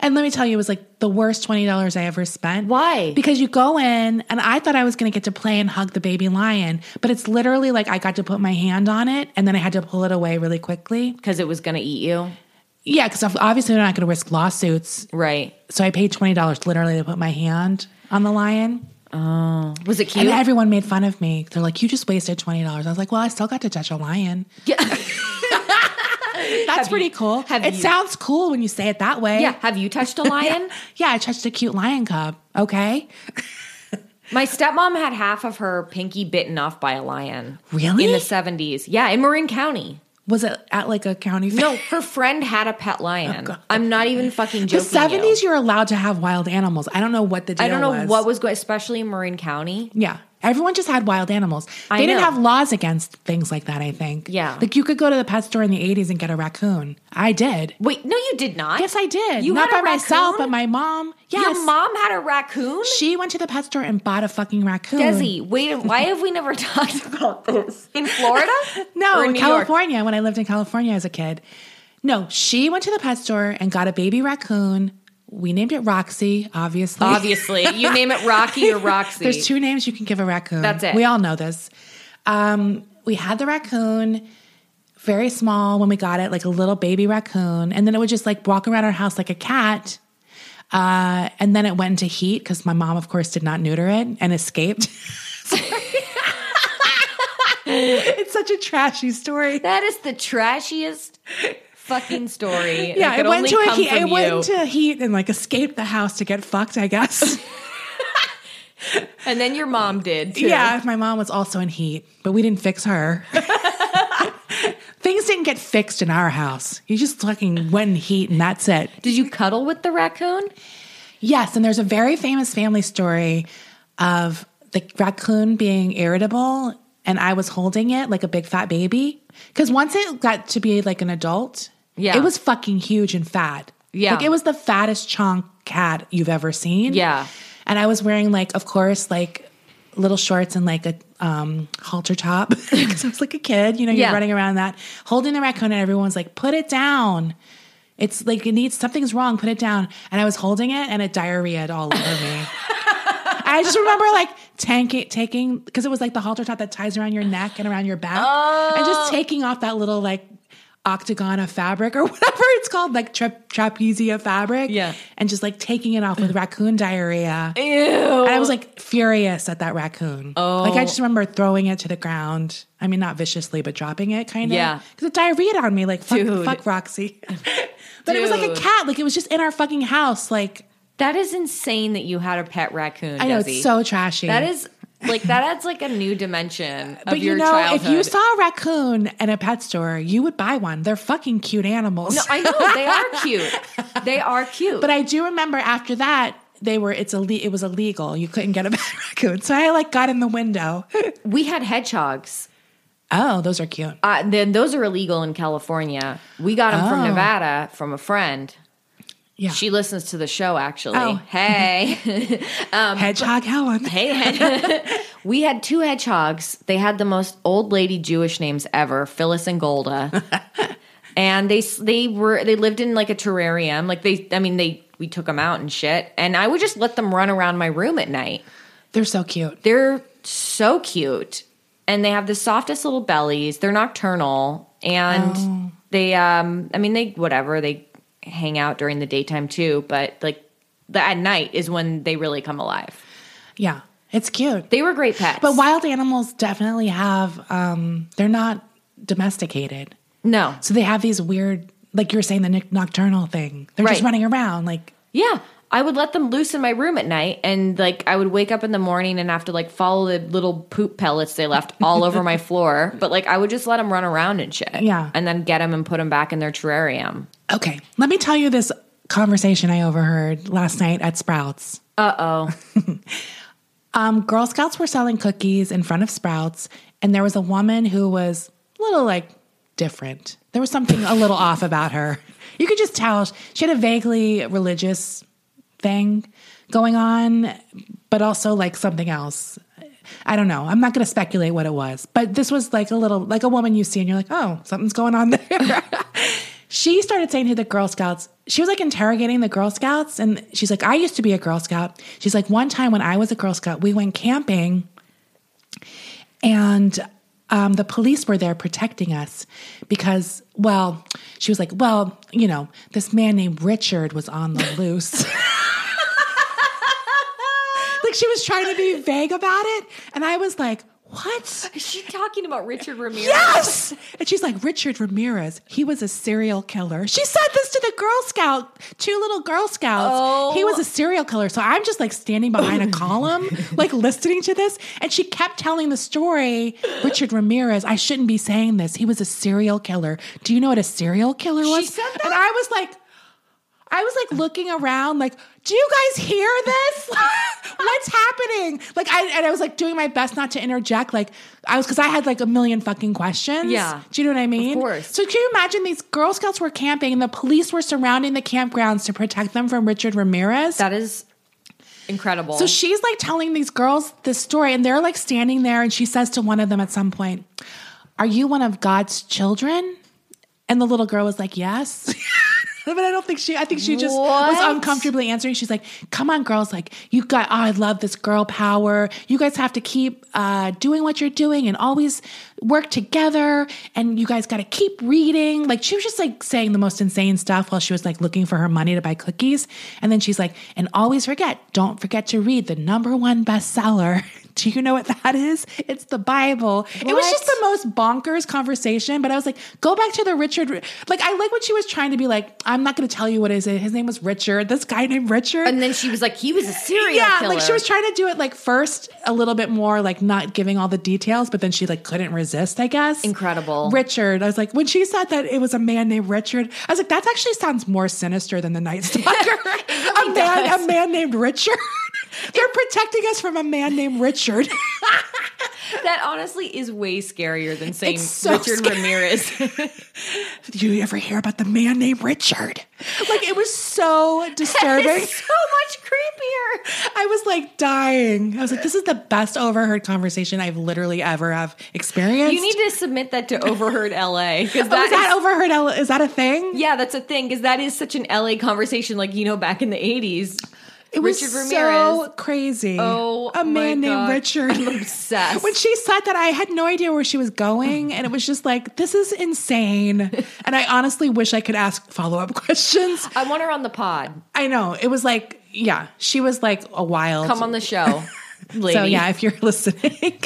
S2: And let me tell you, it was like the worst twenty dollars I ever spent.
S1: Why?
S2: Because you go in, and I thought I was going to get to play and hug the baby lion, but it's literally like I got to put my hand on it, and then I had to pull it away really quickly.
S1: because it was gonna eat you,
S2: Yeah, because obviously they're not going to risk lawsuits.
S1: right?
S2: So I paid twenty dollars literally to put my hand on the lion,
S1: Was it
S2: and
S1: cute?
S2: everyone made fun of me. They're like, "You just wasted twenty dollars." I was like, "Well, I still got to touch a
S1: [laughs]
S2: lion."
S1: yeah.
S2: That's pretty cool.
S1: have
S2: it
S1: you-
S2: sounds cool when you say it that
S1: [laughs]
S2: way.
S1: yeah. Have you touched a lion?
S2: [laughs] Yeah, I touched a cute lion cub. Okay.
S1: My stepmom had half of her pinky bitten off by a lion.
S2: Really?
S1: In the seventies? Yeah, in Marin County.
S2: Was it at like a county fair? [laughs]
S1: No, her friend had a pet lion. I'm not even fucking
S2: Oh, The
S1: joking.
S2: seventies,
S1: you.
S2: you're allowed to have wild animals. I don't know what the deal
S1: I don't know
S2: was.
S1: what was going, especially in Marin County.
S2: Yeah, everyone just had wild animals. They
S1: I
S2: didn't
S1: know.
S2: have laws against things like that. I think.
S1: Yeah.
S2: like you could go to the pet store in the eighties and get a raccoon. I did.
S1: Wait, no, you did not.
S2: Yes, I did.
S1: You
S2: not by
S1: had a
S2: myself, but
S1: raccoon?
S2: my mom. Yes,
S1: Your mom had a raccoon.
S2: She went to the pet store and bought a fucking raccoon.
S1: Desi, wait, why have we never [laughs] talked about this in Florida?
S2: [laughs] No,
S1: Or
S2: in
S1: New York?
S2: California, when I lived in California as a kid. No, she went to the pet store and got a baby raccoon. We named it Roxy, obviously.
S1: Obviously, you name it Rocky or Roxy.
S2: [laughs] There's two names you can give a raccoon.
S1: That's it.
S2: We all know this. Um, we had the raccoon, very small when we got it, like a little baby raccoon, and then it would just like walk around our house like a cat. Uh, and then it went into heat because my mom, of course, did not neuter it and escaped. [laughs] it's such a trashy story.
S1: That is the trashiest fucking story. that
S2: [laughs] Yeah,
S1: could
S2: it went
S1: only
S2: to a
S1: come
S2: heat.
S1: from
S2: It went
S1: you.
S2: into heat and like escaped the house to get fucked. I guess.
S1: and then your mom did too.
S2: Yeah, my mom was also in heat, but we didn't fix her. [laughs] Things didn't get fixed in our house. You just fucking went in heat and that's it.
S1: Did you cuddle with the raccoon?
S2: Yes, and there's a very famous family story of the raccoon being irritable and I was holding it like a big fat baby. Because once it got to be like an adult,
S1: Yeah.
S2: it was fucking huge and fat.
S1: Yeah.
S2: Like it was the fattest chunk cat you've ever seen.
S1: Yeah.
S2: And I was wearing like, of course, like little shorts and like a um, halter top [laughs] because I was like a kid. You know, you're
S1: Yeah.
S2: running around that holding the raccoon, and everyone's like, "Put it down." It's like it needs something's wrong. Put it down. And I was holding it, and it diarrheaed all over me. I just remember like tanking, taking because it was like the halter top that ties around your neck and around your back, and
S1: Oh.
S2: just taking off that little like octagon of fabric or [laughs] whatever it's called, like tra- trapezia fabric,
S1: Yeah.
S2: and just like taking it off
S1: [laughs]
S2: with raccoon diarrhea.
S1: Ew.
S2: And I was like furious at that raccoon. Oh, like I just remember throwing it to the ground. I mean, not viciously, but dropping it kind of.
S1: Yeah.
S2: because it diarrheaed on me. Like fuck,
S1: Dude.
S2: fuck Roxy. [laughs] but it was like a
S1: Dude.
S2: cat. Like it was just in our fucking house. Like
S1: That is insane that you had a pet raccoon.
S2: I know
S1: Desi.
S2: it's so trashy.
S1: That is like that adds like a new dimension of
S2: But you
S1: your
S2: know,
S1: childhood.
S2: if you saw a raccoon at a pet store, you would buy one. They're fucking cute animals.
S1: no, I know they are cute. They are cute.
S2: but I do remember after that they were it's ille- it was illegal. You couldn't get a [laughs] pet raccoon, so I like got in the window.
S1: we had hedgehogs.
S2: oh, those are cute.
S1: Uh, then those are illegal in California. We got them from
S2: Oh.
S1: Nevada from a friend.
S2: Yeah,
S1: She listens to the show actually.
S2: Oh.
S1: [laughs]
S2: [laughs]
S1: Hey.
S2: hedgehog
S1: um,
S2: Helen.
S1: Hey, Hen- we had two hedgehogs. They had the most old lady Jewish names ever, Phyllis and
S2: [laughs]
S1: Golda. and they s- they were they lived in like a terrarium. Like they, I mean, they we took them out and shit. And I would just let them run around my room at night.
S2: They're so cute.
S1: They're so cute, and they have the softest little bellies. They're nocturnal, and
S2: Oh.
S1: they, um, I mean, they whatever they hang out during the daytime too, but like the, at night is when they really come alive.
S2: Yeah, it's cute.
S1: They were great pets,
S2: but wild animals definitely have. um They're not domesticated,
S1: No,
S2: so they have these weird, like you were saying, the nic- nocturnal thing. They're just
S1: Right.
S2: running around, like
S1: Yeah. I would let them loose in my room at night and like I would wake up in the morning and have to like follow the little poop pellets they
S2: [laughs]
S1: left all over my floor. But like I would just let them run around and shit.
S2: Yeah.
S1: And then get them and put them back in their
S2: [laughs]
S1: terrarium.
S2: Okay, let me tell you this conversation I overheard last night at Sprouts.
S1: Uh oh.
S2: [laughs] Um, Girl Scouts were selling cookies in front of Sprouts, and there was a woman who was a little like different. There was something a little off about her. You could just tell she had a vaguely religious thing going on, but also like something else. I don't know. I'm not going to speculate what it was, but this was like a little, like a woman you see and you're like, oh, something's going on there. she started saying to the Girl Scouts, she was like interrogating the Girl Scouts. And she's like, I used to be a Girl Scout. She's like, one time when I was a Girl Scout, we went camping and um, the police were there protecting us because, well, she was like, well, you know, this man named Richard was on the loose. [laughs] like she was trying to be vague about it. And I was like, what?
S1: Is she talking about Richard Ramirez?
S2: Yes! [laughs] And she's like, Richard Ramirez, he was a serial killer. She said this to the Girl Scout, two little Girl Scouts. He was a serial killer. So I'm just like standing behind a
S1: [laughs]
S2: column, like listening to this. And she kept telling the story Richard Ramirez, I shouldn't be saying this. He was a serial killer. Do you know what a serial killer was?
S1: said that?
S2: And I was like, I was like looking around, like, do you guys hear this? [laughs] What's happening? Like, I and I was like doing my best not to interject. Like, I was because I had like a million fucking questions.
S1: Yeah.
S2: do you know what I mean?
S1: course.
S2: So can you imagine these Girl Scouts were camping and the police were surrounding the campgrounds to protect them from Richard Ramirez?
S1: That is incredible.
S2: So she's like telling these girls this story, and they're like standing there, and she says to one of them at some point, Are you one of God's children? And the little girl was like, Yes. [laughs] but I don't think she, I think she just was
S1: What?
S2: uncomfortably answering. She's like, Come on, girls. Like, you got, oh, I love this girl power. You guys have to keep uh, doing what you're doing and always work together. And you guys got to keep reading. Like, she was just like saying the most insane stuff while she was like looking for her money to buy cookies. And then she's like, And always forget, don't forget to read the number one bestseller. [laughs] Do you know what that is? It's the Bible. It was just the most bonkers conversation, but I was like, go back to the Richard. Like, I like when she was trying to be like, I'm not going to tell you what is it. His name was Richard. This guy named Richard.
S1: and then she was like, he was a serial
S2: yeah,
S1: killer.
S2: like she was trying to do it like first a little bit more like not giving all the details, but then she like couldn't resist, I guess.
S1: Incredible.
S2: Richard. I was like, when she said that it was a man named Richard, I was like, that actually sounds more sinister than
S1: [laughs]
S2: the Night Stalker. a man, a [laughs] man named Richard. They're protecting us from a man named Richard.
S1: that honestly is way scarier than saying
S2: It's so
S1: Richard
S2: scary. [laughs]
S1: Ramirez.
S2: Did you ever hear about the man named Richard? Like it was
S1: [laughs]
S2: so disturbing.
S1: it's so much creepier.
S2: I was like dying. I was like, this is the best overheard conversation I've literally ever have experienced.
S1: You need to submit that to Overheard LA because
S2: [laughs] oh, is
S1: that
S2: that overheard? L- Is that a thing?
S1: Yeah, that's a thing because that is such an LA conversation. Like you know, back in the eighties,
S2: It was
S1: Richard
S2: so
S1: Ramirez.
S2: crazy.
S1: Oh,
S2: a man
S1: my
S2: named
S1: God. [laughs]
S2: Richard.
S1: I'm obsessed.
S2: when she said that, I had no idea where she was going, and it was just like, this is insane. and I honestly wish I could ask follow up [laughs] questions.
S1: I want her on the pod.
S2: I know it was like, yeah, she was like a wild.
S1: Come on the show, lady.
S2: [laughs] So yeah, if you're [laughs] listening,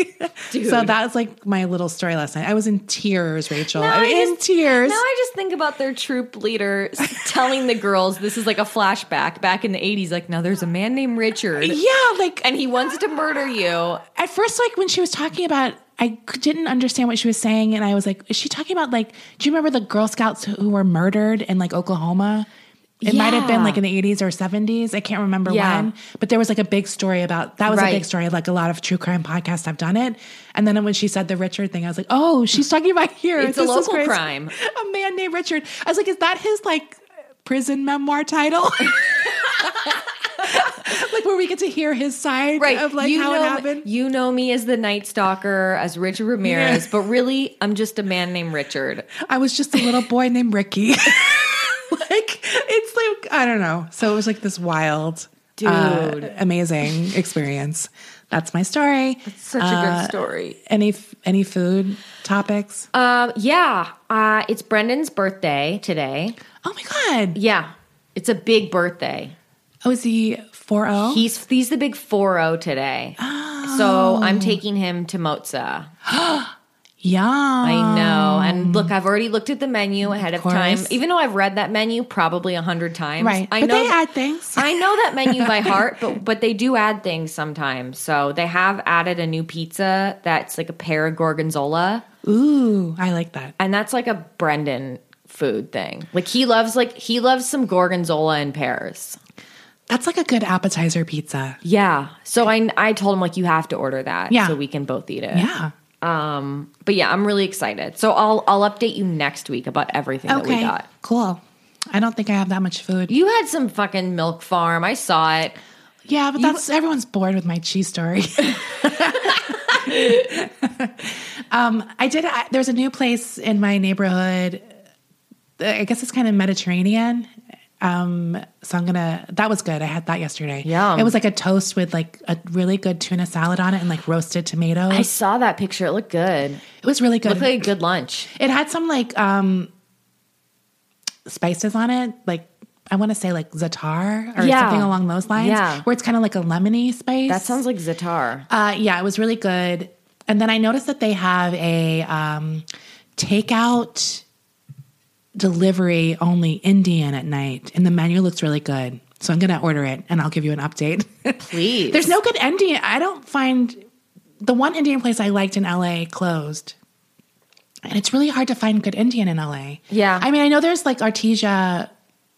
S2: so that's like my little story last night. I was in tears, Rachel.
S1: Now
S2: I'm
S1: I
S2: in
S1: just-
S2: tears.
S1: Now I just think about their troop leader s- telling the girls this is like a flashback back in the 80s. Like, now there's a man named Richard.
S2: yeah, like
S1: And he wants to murder you.
S2: at first, like when she was talking about, I c- didn't understand what she was saying, and I was like, "Is she talking about like? Do you remember the Girl Scouts who were murdered in like Oklahoma?" It might have been
S1: Yeah.
S2: like in the 80s or 70s. I can't remember
S1: Yeah.
S2: when, but there was like a big story about that was a
S1: Right.
S2: big story. Like a lot of true crime podcasts have done it. And then when she said the Richard thing, I was like, oh, she's talking about here.
S1: It's a
S2: This is
S1: local
S2: crazy.
S1: crime.
S2: A man named Richard. I was like, is that his like prison
S1: [laughs]
S2: memoir title? [laughs] like where we get to hear his side
S1: Right.
S2: of like how
S1: know,
S2: it
S1: me-
S2: happened.
S1: You know me as the Night Stalker, as Richard Ramirez,
S2: Yeah.
S1: but really, I'm just a man named Richard.
S2: I was just a little boy named Ricky. [laughs] like it's like I don't know. So it was like this wild, uh,
S1: Dude.
S2: amazing experience. That's my story. Uh,
S1: Such a good story.
S2: Any any food topics?
S1: Uh, yeah. Uh, it's Brendan's birthday today.
S2: oh my god!
S1: Yeah. It's a big birthday.
S2: Oh, is he four oh? zero?
S1: He's he's the big 4-0 today. So
S2: Oh.
S1: I'm taking him to Mozza.
S2: Yeah,
S1: I know. And look, I've already looked at the menu ahead of,
S2: Um, course.
S1: time. Even though I've read that menu probably a hundred times.
S2: Right.
S1: I
S2: But
S1: know
S2: they
S1: that-
S2: add things.
S1: I know that menu
S2: [laughs]
S1: by heart, but but they do add things sometimes. So they have added a new pizza that's like a pear gorgonzola.
S2: Ooh, I like that.
S1: And that's like a Brendan food thing. Like he loves like he loves some gorgonzola and pears.
S2: That's like a good appetizer pizza.
S1: Yeah. So I I told him like you have to order that
S2: Yeah.
S1: so we can both eat it.
S2: Yeah.
S1: Um, but yeah, I'm really excited. So I'll I'll update you next week about everything that we
S2: Okay.
S1: got.
S2: Cool. I don't think I have that much food.
S1: You had some fucking milk farm. I saw it.
S2: Yeah, but that's everyone's bored with my cheese story. [laughs] um, I did. I, there's a new place in my neighborhood. uh, I guess it's kind of Mediterranean. Um, so I'm gonna. That was good. I had that yesterday.
S1: Yum.
S2: it was like a toast with like a really good tuna salad on it and like roasted tomatoes.
S1: I saw that picture. It looked good.
S2: it was really
S1: It
S2: good.
S1: looked like a good lunch.
S2: It had some like um spices on it, like I want to say like za'atar or
S1: Yeah.
S2: something along those lines.
S1: Yeah.
S2: Where it's kind of like a lemony spice.
S1: That sounds like Zatar.
S2: uh yeah, it was really good. And then I noticed that they have a um takeout delivery only Indian at night and the menu looks really good. So I'm gonna order it and I'll give you an update. [laughs]
S1: Please.
S2: There's no good Indian. I don't find the one Indian place I liked in LA closed. And it's really hard to find good Indian in LA.
S1: Yeah.
S2: I mean, I know there's like Artesia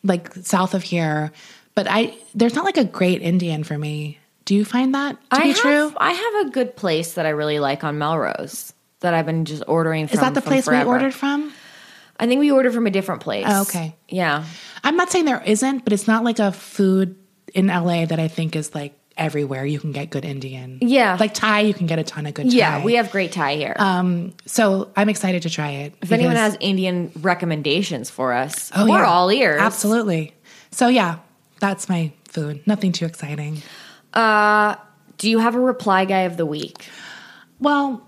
S2: like south of here, but I there's not like a great Indian for me. Do you find that to
S1: I
S2: be
S1: have,
S2: true?
S1: I have a good place that I really like on Melrose that I've been just ordering from.
S2: Is that the
S1: from
S2: place
S1: forever.
S2: we ordered from?
S1: I think we ordered from a different place.
S2: Oh, okay.
S1: Yeah.
S2: I'm not saying there isn't, but it's not like a food in LA that I think is like everywhere you can get good Indian.
S1: Yeah.
S2: Like Thai, you can get a ton of good Thai.
S1: Yeah, we have great Thai here.
S2: so I'm excited to try it.
S1: if anyone
S2: Uh, because-
S1: has Indian recommendations for us,
S2: Oh,
S1: we're
S2: yeah.
S1: all ears.
S2: Absolutely. So yeah, that's my food. Nothing too exciting.
S1: Do you have a reply guy of the week?
S2: Well,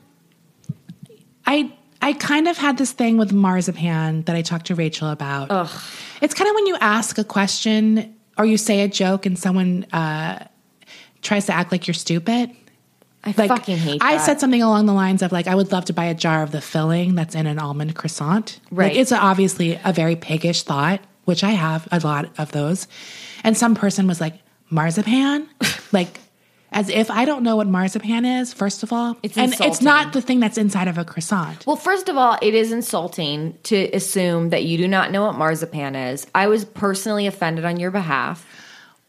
S2: I I kind of had this thing with marzipan that I talked to Rachel about. It's kind of when you ask a question or you say a joke and someone uh, tries to act like you're stupid.
S1: I
S2: Like
S1: fucking hate
S2: I
S1: that.
S2: said something along the lines of like I would love to buy a jar of the filling that's in an almond croissant.
S1: Right.
S2: Like, it's obviously a very piggish thought, which I have a lot of those. And some person was like
S1: [laughs]
S2: marzipan, like as if I don't know what marzipan is. First of all,
S1: It's
S2: and it's
S1: insulting.
S2: not the thing that's inside of a croissant.
S1: Well, first of all, it is insulting to assume that you do not know what marzipan is. I was personally offended on your behalf.
S2: [laughs]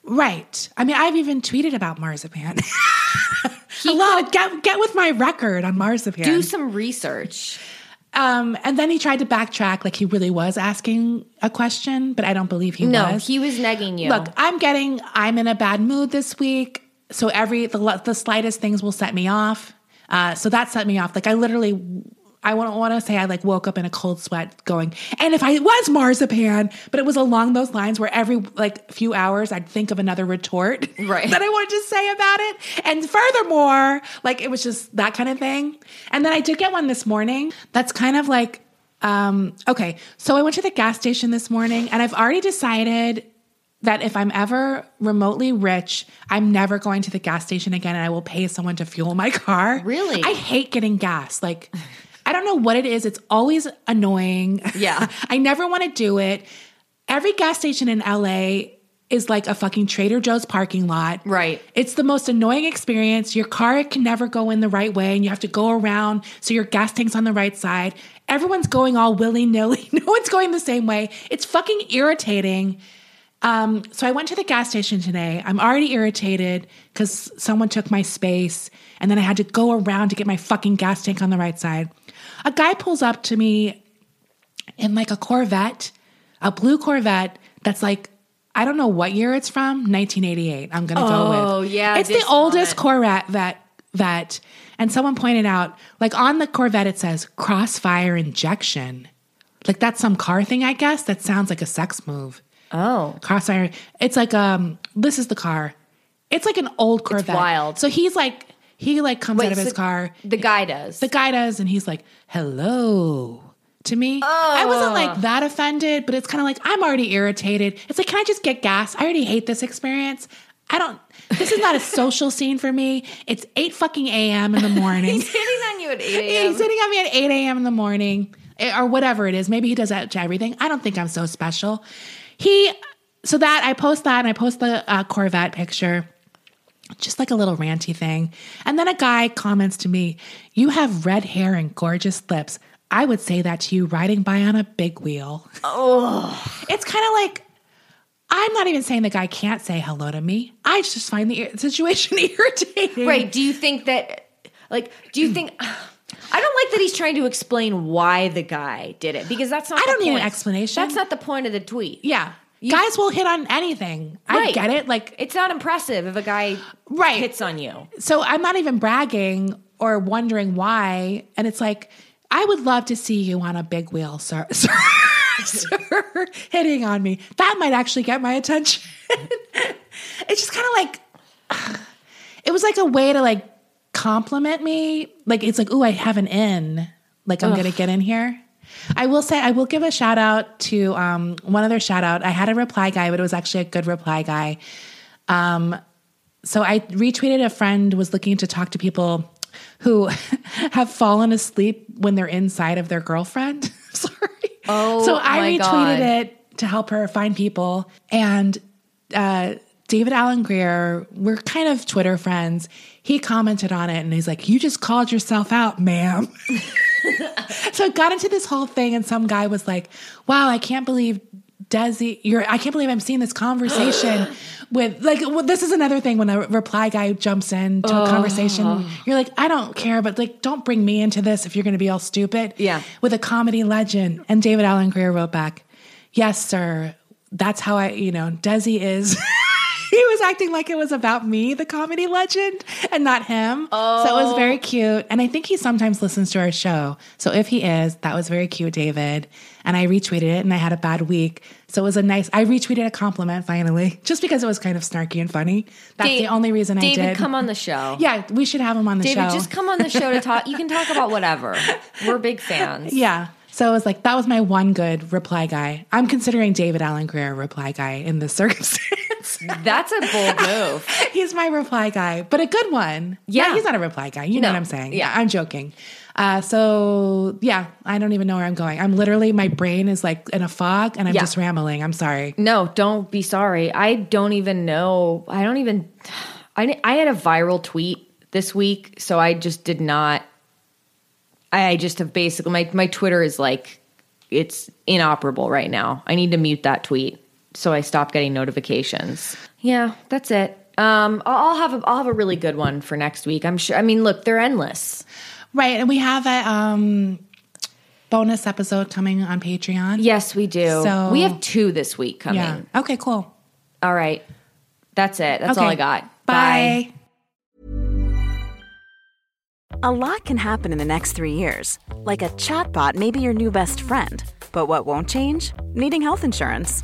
S2: Right. I mean, I've even tweeted about marzipan. Hello, get get with my record on Mars of here.
S1: Do some research.
S2: Um, and then he tried to backtrack like he really was asking a question, but I don't believe he
S1: No,
S2: was.
S1: he was negging you.
S2: Look, I'm getting I'm in a bad mood this week, so every the, le- the slightest things will set me off. Uh, so that set me off. Like I literally I wouldn't want to say I like woke up in a cold sweat going, and if I was marzipan, but it was along those lines where every like few hours I'd think of another retort [laughs]
S1: Right.
S2: that I wanted to say about it. And furthermore, like it was just that kind of thing. And then I did get one this morning that's kind of like, um, okay, so I went to the gas station this morning and I've already decided that if I'm ever remotely rich, I'm never going to the gas station again and I will pay someone to fuel my car.
S1: Really?
S2: I hate getting gas. Like, I don't know what it is. It's always annoying.
S1: Yeah.
S2: [laughs] I never want to do it. Every gas station in LA is like a fucking Trader Joe's parking lot.
S1: Right.
S2: It's the most annoying experience. Your car can never go in the right way and you have to go around so your gas tank's on the right side. Everyone's going all willy nilly. [laughs] No one's going the same way. It's fucking irritating. Um, so I went to the gas station today. I'm already irritated because someone took my space and then I had to go around to get my fucking gas tank on the right side. A guy pulls up to me in like a Corvette, a blue Corvette that's like, I don't know what year it's from, 1988. I'm going to go with.
S1: Oh, yeah,
S2: It's the
S1: this
S2: oldest Corvette that, that. And someone pointed out, like on the Corvette, it says crossfire injection. Like that's some car thing, I guess. That sounds like a sex move.
S1: Oh.
S2: Crossfire. It's like, um, this is the car. It's like an old Corvette.
S1: wild.
S2: So he's like, he like comes out of
S1: so
S2: his car.
S1: The guy does. [laughs]
S2: The guy does, and he's like, hello to me. I
S1: Oh.
S2: wasn't like that offended, but it's kind of like, I'm already irritated. It's like, can I just get gas? I already hate this experience. I don't, this is not a [laughs] social scene for me. It's 8 fucking a.m. in the
S1: [laughs]
S2: morning.
S1: He's hitting on you at 8
S2: Yeah,
S1: a.m.
S2: He's hitting on me at 8 a.m. in the morning eh, or whatever it is. Maybe he does that to everything. I don't think I'm so special. He, so that I post that and I post the uh, Corvette picture, just like a little ranty thing. And then a guy comments to me, You have red hair and gorgeous lips. I would say that to you riding by on a big wheel. Oh. It's kind of like, I'm not even saying the guy can't say hello to me. I just find the ir- situation [laughs] irritating.
S1: Right. Do you think that, like, do you think. I don't like that he's trying to explain why the guy did it because that's not.
S2: I
S1: the
S2: don't need an
S1: point.
S2: explanation.
S1: That's not the point of the tweet.
S2: Yeah. Guys will hit on anything. I
S1: Right.
S2: get it. Like,
S1: It's not impressive if a guy
S2: Right.
S1: hits on you.
S2: so I'm not even bragging or wondering why. And it's like, I would love to see you on a big wheel, sir. [laughs] sir, sir hitting on me. That might actually get my attention. it's just kind of like, it was like a way to like compliment me. Like, it's like, ooh, I have an in. Like, I'm going to get in here. I will say, I will give a shout out to um, one other shout out. I had a reply guy, but it was actually a good reply guy. Um, So I retweeted a friend was looking to talk to people who [laughs] have fallen asleep when they're inside of their girlfriend. [laughs] Sorry.
S1: Oh,
S2: so I
S1: my God.
S2: retweeted it to help her find people. And uh, David Allen Greer, we're kind of Twitter friends. He commented on it and he's like, "You just called yourself out, ma'am." [laughs] so it got into this whole thing, and some guy was like, "Wow, I can't believe." Desi, you're, I can't believe I'm seeing this conversation with like well, this is another thing when a reply guy jumps into a conversation, you're like, I don't care, but like, don't bring me into this if you're going to be all stupid.
S1: Yeah.
S2: with a comedy legend, and David Allen Greer wrote back, "Yes, sir, that's how I, you know, Desi is." [laughs] he was acting like it was about me, the comedy legend, and not him. Oh. So it was very cute. And I think he sometimes listens to our show. So if he is, that was very cute, David. And I retweeted it and I had a bad week. So it was a nice, I retweeted a compliment finally, [laughs] just because it was kind of snarky and funny. That's
S1: Da-
S2: the only reason
S1: David,
S2: I did.
S1: come on the show.
S2: Yeah, we should have him on the
S1: David,
S2: show.
S1: just come on the show to talk. You can talk about whatever. We're big fans.
S2: Yeah. So it was like, that was my one good reply guy. I'm considering David Allen Greer a reply guy in this [laughs] circumstance.
S1: That's a bold move.
S2: he's my reply guy, but a good one.
S1: Yeah.
S2: No, he's not a reply guy. You know
S1: No.
S2: what I'm saying?
S1: Yeah.
S2: I'm joking. Uh, so yeah, I don't even know where I'm going. I'm literally my brain is like in a fog, and I'm
S1: Yeah.
S2: just rambling. I'm sorry.
S1: No, don't be sorry. I don't even know. I don't even. I I had a viral tweet this week, so I just did not. I just have basically my my Twitter is like it's inoperable right now. I need to mute that tweet so I stop getting notifications. Yeah, that's it. Um, I'll I'll have a, I'll have a really good one for next week. I'm sure. I mean, look, they're endless.
S2: Right. And we have a um, bonus episode coming on Patreon.
S1: Yes, we do.
S2: So-
S1: we have two this week coming.
S2: Yeah. Okay, cool.
S1: All right, that's it. That's all
S2: Okay.
S1: I got.
S2: Bye.
S6: A lot can happen in the next three years. Like a chatbot may be your new best friend. But what won't change? Needing health insurance.